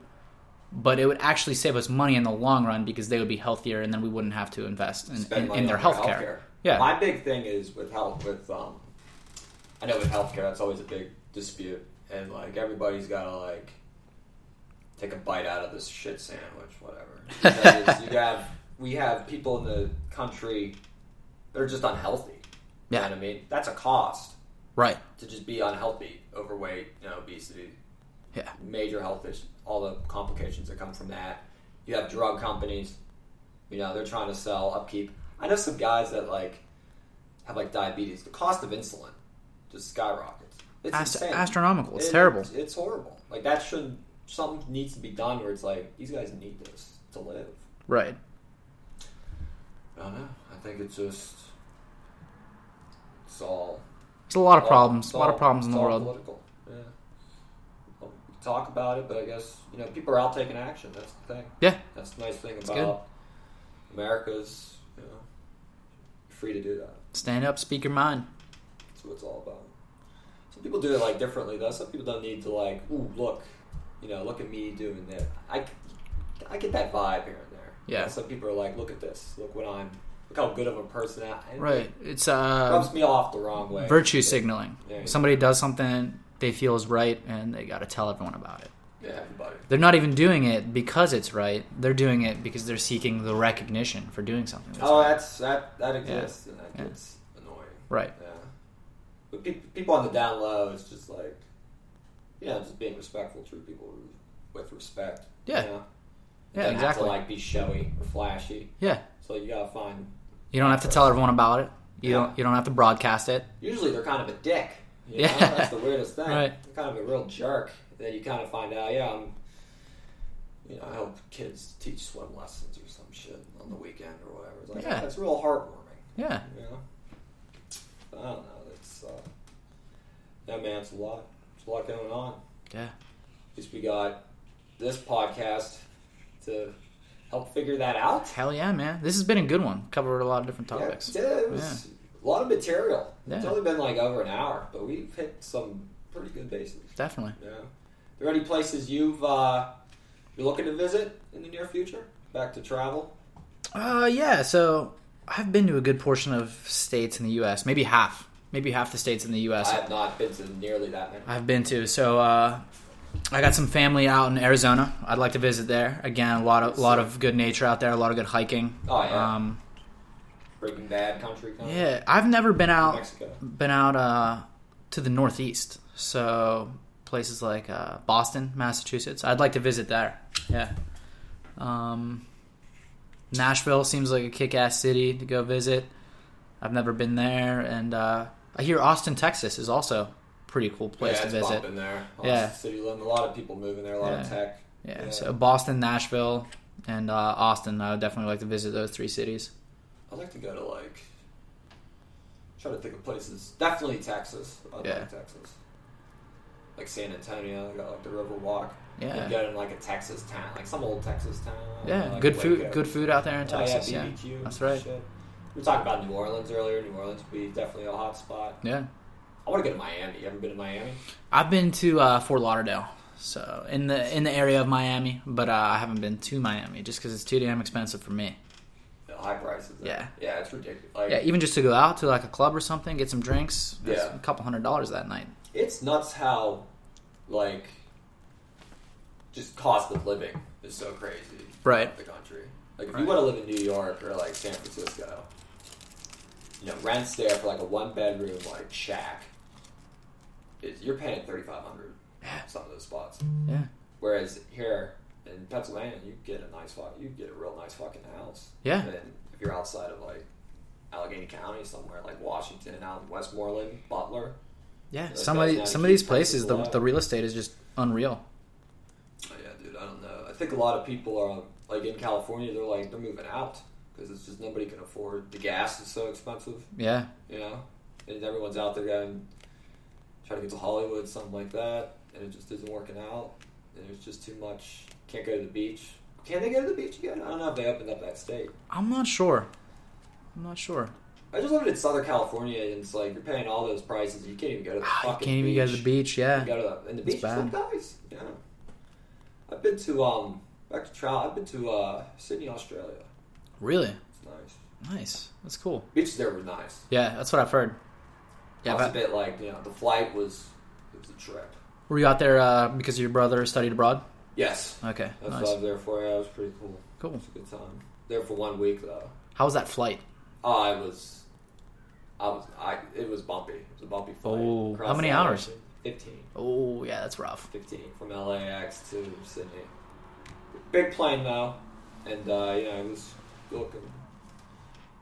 [SPEAKER 2] but it would actually save us money in the long run because they would be healthier, and then we wouldn't have to invest in,
[SPEAKER 1] spend
[SPEAKER 2] in,
[SPEAKER 1] money
[SPEAKER 2] in their
[SPEAKER 1] on
[SPEAKER 2] health care. Yeah.
[SPEAKER 1] My big thing is with health. With um, I know with healthcare, that's always a big dispute, and like everybody's got to like take a bite out of this shit sandwich, whatever. Because you have we have people in the country that are just unhealthy. You know
[SPEAKER 2] Yeah.
[SPEAKER 1] what I mean, that's a cost
[SPEAKER 2] Right.
[SPEAKER 1] to just be unhealthy, overweight, you know, obesity.
[SPEAKER 2] Yeah.
[SPEAKER 1] Major health issues, all the complications that come from that. You have drug companies, you know, they're trying to sell upkeep. I know some guys that like have like diabetes. The cost of insulin just skyrockets. It's
[SPEAKER 2] Ast-
[SPEAKER 1] insane.
[SPEAKER 2] astronomical. It's
[SPEAKER 1] It-
[SPEAKER 2] terrible.
[SPEAKER 1] It's, it's horrible. Like that should something needs to be done where it's like these guys need this to live.
[SPEAKER 2] Right.
[SPEAKER 1] I don't know. I think it's just it's all
[SPEAKER 2] There's a lot of
[SPEAKER 1] all-
[SPEAKER 2] problems.
[SPEAKER 1] it's
[SPEAKER 2] A lot
[SPEAKER 1] all-
[SPEAKER 2] of problems in
[SPEAKER 1] it's
[SPEAKER 2] the
[SPEAKER 1] all
[SPEAKER 2] world.
[SPEAKER 1] Political. Yeah. Well, we talk about it, but I guess you know people are out taking action. That's the thing.
[SPEAKER 2] Yeah.
[SPEAKER 1] That's the nice thing
[SPEAKER 2] good.
[SPEAKER 1] about America's. You know, free to do that.
[SPEAKER 2] Stand up, speak your mind.
[SPEAKER 1] That's what it's all about. Some people do it like differently though. Some people don't need to like, ooh, look, you know, look at me doing this. I, I get that vibe here and there. You
[SPEAKER 2] Yeah.
[SPEAKER 1] know, some people are like, look at this. Look what I'm. Look how good of a person I. am.
[SPEAKER 2] Right. It's uh,
[SPEAKER 1] Rubs me off the wrong way.
[SPEAKER 2] virtue
[SPEAKER 1] But-
[SPEAKER 2] signaling.
[SPEAKER 1] There you go.
[SPEAKER 2] Somebody does something they feel is right, and they got to tell everyone about it.
[SPEAKER 1] Yeah, everybody.
[SPEAKER 2] They're not even doing it because it's right. They're doing it because they're seeking the recognition for doing something. That's
[SPEAKER 1] oh,
[SPEAKER 2] right.
[SPEAKER 1] that's that that exists, and that
[SPEAKER 2] Yeah.
[SPEAKER 1] gets annoying.
[SPEAKER 2] Right.
[SPEAKER 1] Yeah, but pe- people on the down low is just like, you know, just being respectful, treat people with respect.
[SPEAKER 2] Yeah.
[SPEAKER 1] you know?
[SPEAKER 2] Yeah,
[SPEAKER 1] Doesn't have to,
[SPEAKER 2] exactly.
[SPEAKER 1] like be showy or flashy.
[SPEAKER 2] Yeah.
[SPEAKER 1] So you gotta find.
[SPEAKER 2] You don't have to tell everyone about it. You
[SPEAKER 1] Yeah.
[SPEAKER 2] don't. You don't have to broadcast it.
[SPEAKER 1] Usually they're kind of a dick. You
[SPEAKER 2] Yeah.
[SPEAKER 1] know? that's the weirdest thing.
[SPEAKER 2] Right.
[SPEAKER 1] They're kind of a real jerk. Then you kind of find out, yeah, I'm. You know, I help kids teach swim lessons or some shit on the weekend or whatever. It's like,
[SPEAKER 2] Yeah.
[SPEAKER 1] yeah, that's real heartwarming.
[SPEAKER 2] Yeah.
[SPEAKER 1] Yeah. I don't know. It's uh, yeah, man. It's a lot. It's a lot going on. At
[SPEAKER 2] Yeah.
[SPEAKER 1] least we got this podcast to help figure that out.
[SPEAKER 2] Hell yeah, man. This has been a good one. Covered a lot of different topics.
[SPEAKER 1] Yeah, it was a lot of material. It's
[SPEAKER 2] Yeah.
[SPEAKER 1] only been like over an hour, but we've hit some pretty good bases.
[SPEAKER 2] Definitely.
[SPEAKER 1] Yeah. Are there any places you've uh, you're looking to visit in the near future? Back to travel.
[SPEAKER 2] Uh, yeah. So I've been to a good portion of states in the U.S. Maybe half. Maybe half the states in the
[SPEAKER 1] I
[SPEAKER 2] U.S.
[SPEAKER 1] have not been to nearly that many.
[SPEAKER 2] I've been to. So uh, I got some family out in Arizona. I'd like to visit there again. A lot of lot of good nature out there. A lot of good hiking.
[SPEAKER 1] Oh, yeah.
[SPEAKER 2] Um,
[SPEAKER 1] Breaking Bad country. Kind of.
[SPEAKER 2] yeah. I've never been out
[SPEAKER 1] Mexico.
[SPEAKER 2] been out uh, to the Northeast. So places like uh, Boston, Massachusetts. I'd like to visit there. Yeah. Um, Nashville seems like a kick-ass city to go visit. I've never been there, and uh, I hear Austin, Texas, is also a pretty cool place
[SPEAKER 1] yeah,
[SPEAKER 2] to
[SPEAKER 1] it's
[SPEAKER 2] visit.
[SPEAKER 1] bumping there.
[SPEAKER 2] Yeah.
[SPEAKER 1] Austin City limit. A lot of people moving there. A lot
[SPEAKER 2] Yeah.
[SPEAKER 1] of tech.
[SPEAKER 2] Yeah,
[SPEAKER 1] Yeah.
[SPEAKER 2] so Boston, Nashville, and uh, Austin. I would definitely like to visit those three cities.
[SPEAKER 1] I'd like to go to like. Try to think of places. Definitely Texas. I
[SPEAKER 2] Yeah.
[SPEAKER 1] like Texas. Like San Antonio, they got like the River Walk.
[SPEAKER 2] Yeah.
[SPEAKER 1] You go to like a Texas town, like some old Texas town.
[SPEAKER 2] Yeah,
[SPEAKER 1] like
[SPEAKER 2] good
[SPEAKER 1] Waco.
[SPEAKER 2] food, good food out there in
[SPEAKER 1] Oh,
[SPEAKER 2] Texas.
[SPEAKER 1] yeah,
[SPEAKER 2] yeah,
[SPEAKER 1] BBQ. and
[SPEAKER 2] that's right.
[SPEAKER 1] shit. We were talking about New Orleans earlier. New Orleans would be definitely a hot spot.
[SPEAKER 2] Yeah,
[SPEAKER 1] I want to go to Miami. You ever been to Miami?
[SPEAKER 2] I've been to uh, Fort Lauderdale, so in the in the area of Miami, but uh, I haven't been to Miami just because it's too damn expensive for me.
[SPEAKER 1] The high prices.
[SPEAKER 2] Yeah.
[SPEAKER 1] Yeah, it's ridiculous. Like,
[SPEAKER 2] Yeah, even just to go out to like a club or something, get some drinks, that's
[SPEAKER 1] Yeah.
[SPEAKER 2] a couple hundred dollars that night.
[SPEAKER 1] it's nuts how like just cost of living is so crazy
[SPEAKER 2] Right.
[SPEAKER 1] throughout the country like if
[SPEAKER 2] Right.
[SPEAKER 1] you want to live in new york or like san francisco you know rents there for like a one bedroom like shack it, you're paying 3500 some of those spots.
[SPEAKER 2] Yeah.
[SPEAKER 1] Whereas here in Pennsylvania, you get a nice fuck, you get a real nice fucking house.
[SPEAKER 2] Yeah.
[SPEAKER 1] And if you're outside of like Allegheny County somewhere, like Washington, out in Westmoreland, Butler,
[SPEAKER 2] Yeah,
[SPEAKER 1] Those
[SPEAKER 2] some of
[SPEAKER 1] guys
[SPEAKER 2] the,
[SPEAKER 1] now
[SPEAKER 2] some of
[SPEAKER 1] keep
[SPEAKER 2] these
[SPEAKER 1] prices
[SPEAKER 2] places, the,
[SPEAKER 1] low.
[SPEAKER 2] the real estate is just unreal.
[SPEAKER 1] Oh, yeah, dude. I don't know. I think a lot of people are like in California. They're like they're moving out because it's just nobody can afford. The gas is so expensive,
[SPEAKER 2] Yeah,
[SPEAKER 1] you know, and everyone's out there going trying to get to Hollywood, something like that, and it just isn't working out. And there's just too much. Can't go to the beach. Can they go to the beach again? I don't know if they opened up that state.
[SPEAKER 2] I'm not sure. I'm not sure.
[SPEAKER 1] I just lived in Southern California, and it's like you're paying all those prices. You can't even go to the
[SPEAKER 2] Ah, you
[SPEAKER 1] fucking
[SPEAKER 2] can't even go to the beach. Yeah,
[SPEAKER 1] You go to the, and the beach is
[SPEAKER 2] bad.
[SPEAKER 1] nice. Yeah. I've been to um back to trial. I've been to uh Sydney, Australia.
[SPEAKER 2] really
[SPEAKER 1] It's nice.
[SPEAKER 2] nice. That's cool.
[SPEAKER 1] Beaches there were nice.
[SPEAKER 2] Yeah, that's what I've heard.
[SPEAKER 1] I
[SPEAKER 2] Yeah,
[SPEAKER 1] was a
[SPEAKER 2] but
[SPEAKER 1] bit like you know the flight was it was a trip.
[SPEAKER 2] were you out there uh, because your brother studied abroad?
[SPEAKER 1] Yes,
[SPEAKER 2] Okay,
[SPEAKER 1] that's
[SPEAKER 2] nice,
[SPEAKER 1] what I was there for. Yeah, it was pretty cool.
[SPEAKER 2] cool.
[SPEAKER 1] It was a good time. There for one week though. Oh,
[SPEAKER 2] How was that flight?
[SPEAKER 1] I was, I was, I. It was bumpy. It was a bumpy flight.
[SPEAKER 2] Oh, how
[SPEAKER 1] Across
[SPEAKER 2] many
[SPEAKER 1] the
[SPEAKER 2] hours?
[SPEAKER 1] ocean. Fifteen.
[SPEAKER 2] Oh, yeah, that's rough.
[SPEAKER 1] 15 from LAX to Sydney. Big plane though, and uh, you know it was looking.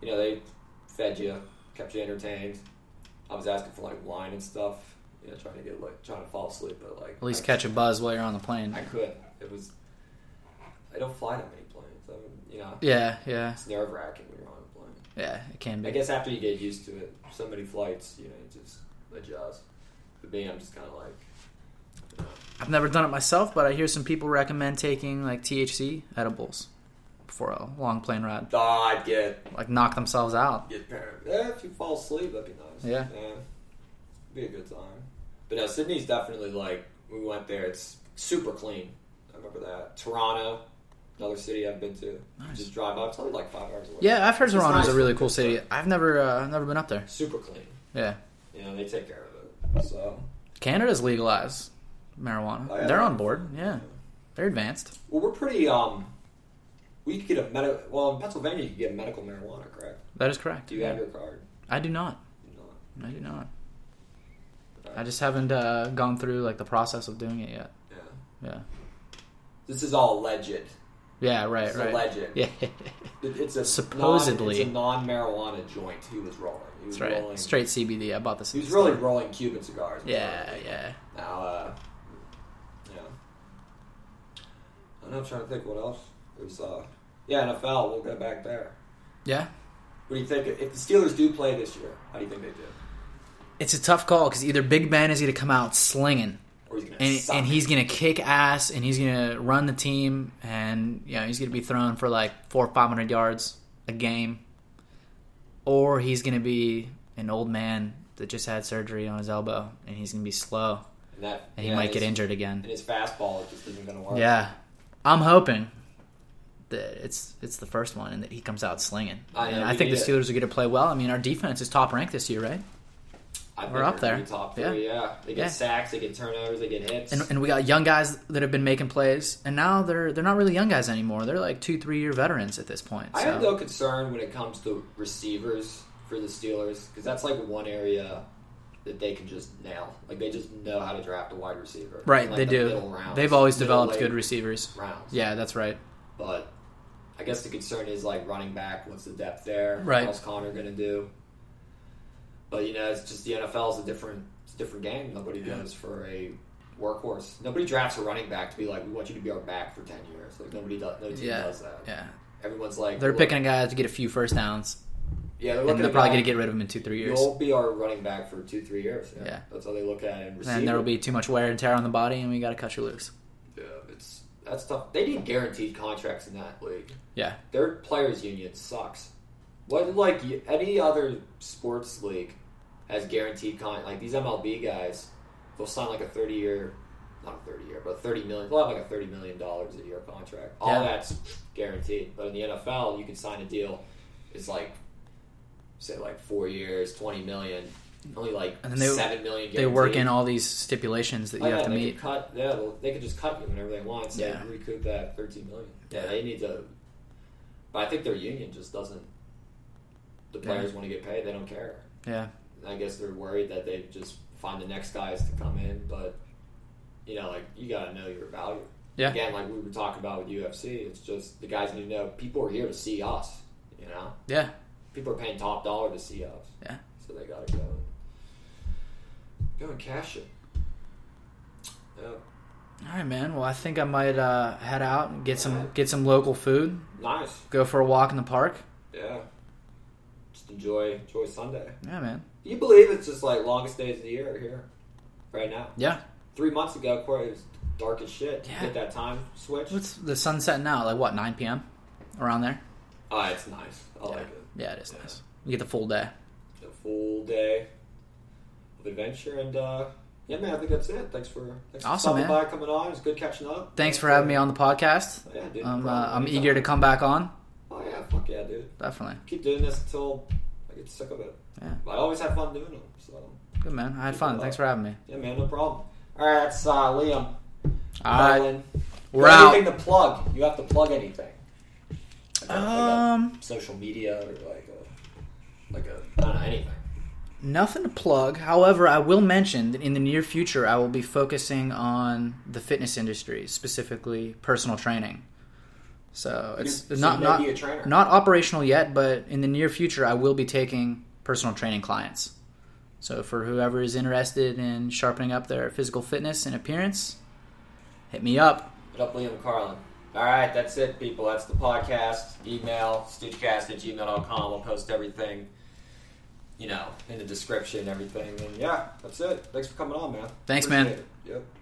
[SPEAKER 1] You know they fed you, kept you entertained. I was asking for like wine and stuff. You know, trying to get like trying to fall asleep, but like
[SPEAKER 2] At least
[SPEAKER 1] I,
[SPEAKER 2] catch a buzz while you're on the plane.
[SPEAKER 1] I could. It was. I don't fly that many planes. I mean, you know,
[SPEAKER 2] Yeah, yeah,
[SPEAKER 1] it's nerve wracking when you're on a plane.
[SPEAKER 2] yeah. It can
[SPEAKER 1] I
[SPEAKER 2] be.
[SPEAKER 1] guess after you get used to it, so many flights, you know, you just adjust. But me, I'm just kind of like. You know,
[SPEAKER 2] I've never done it myself, but I hear some people recommend taking like THC edibles before a long plane ride,
[SPEAKER 1] "Ah, I'd get
[SPEAKER 2] like knock themselves out.
[SPEAKER 1] get parent. Yeah, if you fall asleep, that'd be nice.
[SPEAKER 2] Yeah.
[SPEAKER 1] Be a good time. But no, Sydney's definitely like we went there. It's super clean. I remember that. Toronto, another city I've been to.
[SPEAKER 2] Nice.
[SPEAKER 1] Just drive up. It's only like five hours away.
[SPEAKER 2] Yeah, I've heard
[SPEAKER 1] It's
[SPEAKER 2] Toronto's
[SPEAKER 1] nice.
[SPEAKER 2] a really cool city. I've never uh, never been up there.
[SPEAKER 1] Super clean.
[SPEAKER 2] Yeah,
[SPEAKER 1] You know they take care of it. So
[SPEAKER 2] Canada's legalized marijuana.
[SPEAKER 1] Oh, yeah.
[SPEAKER 2] Uh, They're on board. Yeah, they're advanced.
[SPEAKER 1] Well, we're pretty. Um, we could get a medical. Well, in Pennsylvania, you could get medical marijuana. Correct.
[SPEAKER 2] That is correct.
[SPEAKER 1] Do you have your card?
[SPEAKER 2] I do not.
[SPEAKER 1] You know.
[SPEAKER 2] I do not. I just haven't uh, gone through like the process of doing it yet.
[SPEAKER 1] Yeah.
[SPEAKER 2] Yeah.
[SPEAKER 1] This is all alleged.
[SPEAKER 2] Yeah. Right.
[SPEAKER 1] It's
[SPEAKER 2] right.
[SPEAKER 1] alleged.
[SPEAKER 2] Yeah.
[SPEAKER 1] It- It's a
[SPEAKER 2] Supposedly.
[SPEAKER 1] non, it's a non-marijuana joint. He was rolling. He was
[SPEAKER 2] That's right.
[SPEAKER 1] rolling.
[SPEAKER 2] Straight CBD. I bought this.
[SPEAKER 1] He
[SPEAKER 2] at
[SPEAKER 1] was
[SPEAKER 2] the
[SPEAKER 1] really
[SPEAKER 2] store.
[SPEAKER 1] rolling Cuban cigars.
[SPEAKER 2] Yeah. Yeah.
[SPEAKER 1] Now, uh, yeah. I don't know. I'm trying to think what else. There's uh, yeah, NFL. We'll go back there.
[SPEAKER 2] Yeah.
[SPEAKER 1] What do you think if the Steelers do play this year? How do you think they do?
[SPEAKER 2] It's a tough call because either Big Ben is going to come out slinging,
[SPEAKER 1] Or he's gonna
[SPEAKER 2] and,
[SPEAKER 1] suck.
[SPEAKER 2] and he's going to kick ass, and he's going to run the team, and you know he's going to be thrown for like four or five hundred yards a game, or he's going to be an old man that just had surgery on his elbow, and he's going to be slow,
[SPEAKER 1] and, that,
[SPEAKER 2] and he
[SPEAKER 1] yeah,
[SPEAKER 2] might get
[SPEAKER 1] his-
[SPEAKER 2] injured again.
[SPEAKER 1] And his fastball just isn't going to work.
[SPEAKER 2] Yeah, I'm hoping that it's it's the first one and that he comes out slinging.
[SPEAKER 1] I know,
[SPEAKER 2] and I
[SPEAKER 1] we
[SPEAKER 2] think the
[SPEAKER 1] need it.
[SPEAKER 2] Steelers are going to play well. I mean, our defense is top ranked this year, right?
[SPEAKER 1] I think
[SPEAKER 2] We're up
[SPEAKER 1] they're gonna
[SPEAKER 2] there.
[SPEAKER 1] be Top
[SPEAKER 2] Yeah.
[SPEAKER 1] three, yeah. They get
[SPEAKER 2] Yeah.
[SPEAKER 1] sacks, they get turnovers, they get hits.
[SPEAKER 2] And, and we got young guys that have been making plays, and now they're they're not really young guys anymore. They're like two, three year veterans at this point.
[SPEAKER 1] I am
[SPEAKER 2] so-
[SPEAKER 1] though concerned when it comes to receivers for the Steelers because that's like one area that they can just nail. Like they just know how to draft a wide receiver.
[SPEAKER 2] right,
[SPEAKER 1] Like,
[SPEAKER 2] they
[SPEAKER 1] the middle
[SPEAKER 2] do.
[SPEAKER 1] rounds,
[SPEAKER 2] They've always
[SPEAKER 1] middle,
[SPEAKER 2] developed
[SPEAKER 1] late
[SPEAKER 2] good receivers.
[SPEAKER 1] rounds.
[SPEAKER 2] Yeah, that's right.
[SPEAKER 1] but I guess the concern is like running back. What's the depth there?
[SPEAKER 2] Right.
[SPEAKER 1] What's Connor going to do? But you know, it's just the NFL is a different, it's a different game. Nobody goes for a workhorse. Nobody drafts a running back to be like, we want you to be our back for ten years. Like nobody does. No team
[SPEAKER 2] Yeah,
[SPEAKER 1] does that.
[SPEAKER 2] yeah.
[SPEAKER 1] Everyone's like,
[SPEAKER 2] They're
[SPEAKER 1] look-
[SPEAKER 2] picking a guy to get a few first downs,
[SPEAKER 1] Yeah, they're
[SPEAKER 2] and
[SPEAKER 1] looking
[SPEAKER 2] they're
[SPEAKER 1] at
[SPEAKER 2] probably
[SPEAKER 1] guy-
[SPEAKER 2] going to get rid of him in two, three years.
[SPEAKER 1] You'll be our running back for two, three years. Yeah,
[SPEAKER 2] Yeah.
[SPEAKER 1] that's how they look at it. And, receiver.
[SPEAKER 2] And there will be too much wear and tear on the body, and we got to cut you loose.
[SPEAKER 1] Yeah, it's that's tough. They need guaranteed contracts in that league.
[SPEAKER 2] Yeah.
[SPEAKER 1] Their players' union sucks. What like y- any other sports league has guaranteed con like these MLB guys, they'll sign like a thirty year, not a thirty year, but thirty million. They'll have like a thirty million dollars a year contract. All
[SPEAKER 2] Yeah.
[SPEAKER 1] that's guaranteed. But in the NFL, you can sign a deal. It's like say like four years, twenty million. Only like
[SPEAKER 2] And then they-
[SPEAKER 1] seven million.
[SPEAKER 2] they work
[SPEAKER 1] guaranteed.
[SPEAKER 2] in all these stipulations that you
[SPEAKER 1] Oh, yeah,
[SPEAKER 2] have to
[SPEAKER 1] they
[SPEAKER 2] meet.
[SPEAKER 1] Could cut, yeah, they'll- they could just cut you whenever they want. So
[SPEAKER 2] Yeah.
[SPEAKER 1] they recoup that thirteen million. Yeah, they need to. But I think their union just doesn't. The players want to get paid. They don't care.
[SPEAKER 2] Yeah,
[SPEAKER 1] And I guess they're worried that they've just find the next guys to come in. But you know, like you gotta know your value.
[SPEAKER 2] Yeah.
[SPEAKER 1] Again, like we were talking about with UFC, it's just the guys need to know people are here to see us. You know,
[SPEAKER 2] Yeah.
[SPEAKER 1] people are paying top dollar to see us.
[SPEAKER 2] Yeah.
[SPEAKER 1] So they gotta go and go and cash it. Yep.
[SPEAKER 2] All right, man. Well, I think I might uh, head out and get some get some local food.
[SPEAKER 1] Nice.
[SPEAKER 2] Go for a walk in the park.
[SPEAKER 1] Yeah. Just enjoy enjoy Sunday.
[SPEAKER 2] Yeah, man.
[SPEAKER 1] You believe it's just like longest days of the year here, right now.
[SPEAKER 2] Yeah.
[SPEAKER 1] Three months ago, of course, it was dark as shit.
[SPEAKER 2] Yeah.
[SPEAKER 1] Hit that time switch.
[SPEAKER 2] What's the sun setting now? Like what? 9 p.m. Around there.
[SPEAKER 1] Ah, it's nice. I like it.
[SPEAKER 2] Yeah, it is nice. You get the full day.
[SPEAKER 1] a full day of adventure and uh yeah man i think that's it thanks for thanks
[SPEAKER 2] Awesome,
[SPEAKER 1] for stopping
[SPEAKER 2] man.
[SPEAKER 1] by coming on it was good catching up
[SPEAKER 2] Thanks for having me on the podcast.
[SPEAKER 1] yeah, dude, no
[SPEAKER 2] I'm uh,
[SPEAKER 1] problem.
[SPEAKER 2] I'm eager to come back on.
[SPEAKER 1] oh yeah fuck yeah dude
[SPEAKER 2] Definitely.
[SPEAKER 1] keep doing this until i get sick of it
[SPEAKER 2] Yeah.
[SPEAKER 1] but i always have fun doing them so
[SPEAKER 2] Good man. I had fun. Thanks for having me.
[SPEAKER 1] yeah man no problem all right that's uh liam
[SPEAKER 2] All right.
[SPEAKER 1] Marlon.
[SPEAKER 2] We're
[SPEAKER 1] Got
[SPEAKER 2] out.
[SPEAKER 1] anything to plug you have to plug anything Like a- like a
[SPEAKER 2] Um.
[SPEAKER 1] social media or like a like a I don't know, anything
[SPEAKER 2] Nothing to plug. However, I will mention that in the near future, I will be focusing on the fitness industry, specifically personal training. So it's
[SPEAKER 1] So
[SPEAKER 2] not
[SPEAKER 1] you may
[SPEAKER 2] not
[SPEAKER 1] be a trainer.
[SPEAKER 2] not operational yet, but in the near future, I will be taking personal training clients. So for whoever is interested in sharpening up their physical fitness and appearance, hit me up.
[SPEAKER 1] Hit up Liam Carlin. All right, that's it, people. That's the podcast. Email stitchcast at gmail.com. I'll post everything, you know, in the description, everything. And yeah, that's it. Thanks for coming on, man.
[SPEAKER 2] Thanks, man.
[SPEAKER 1] Appreciate it. Yep.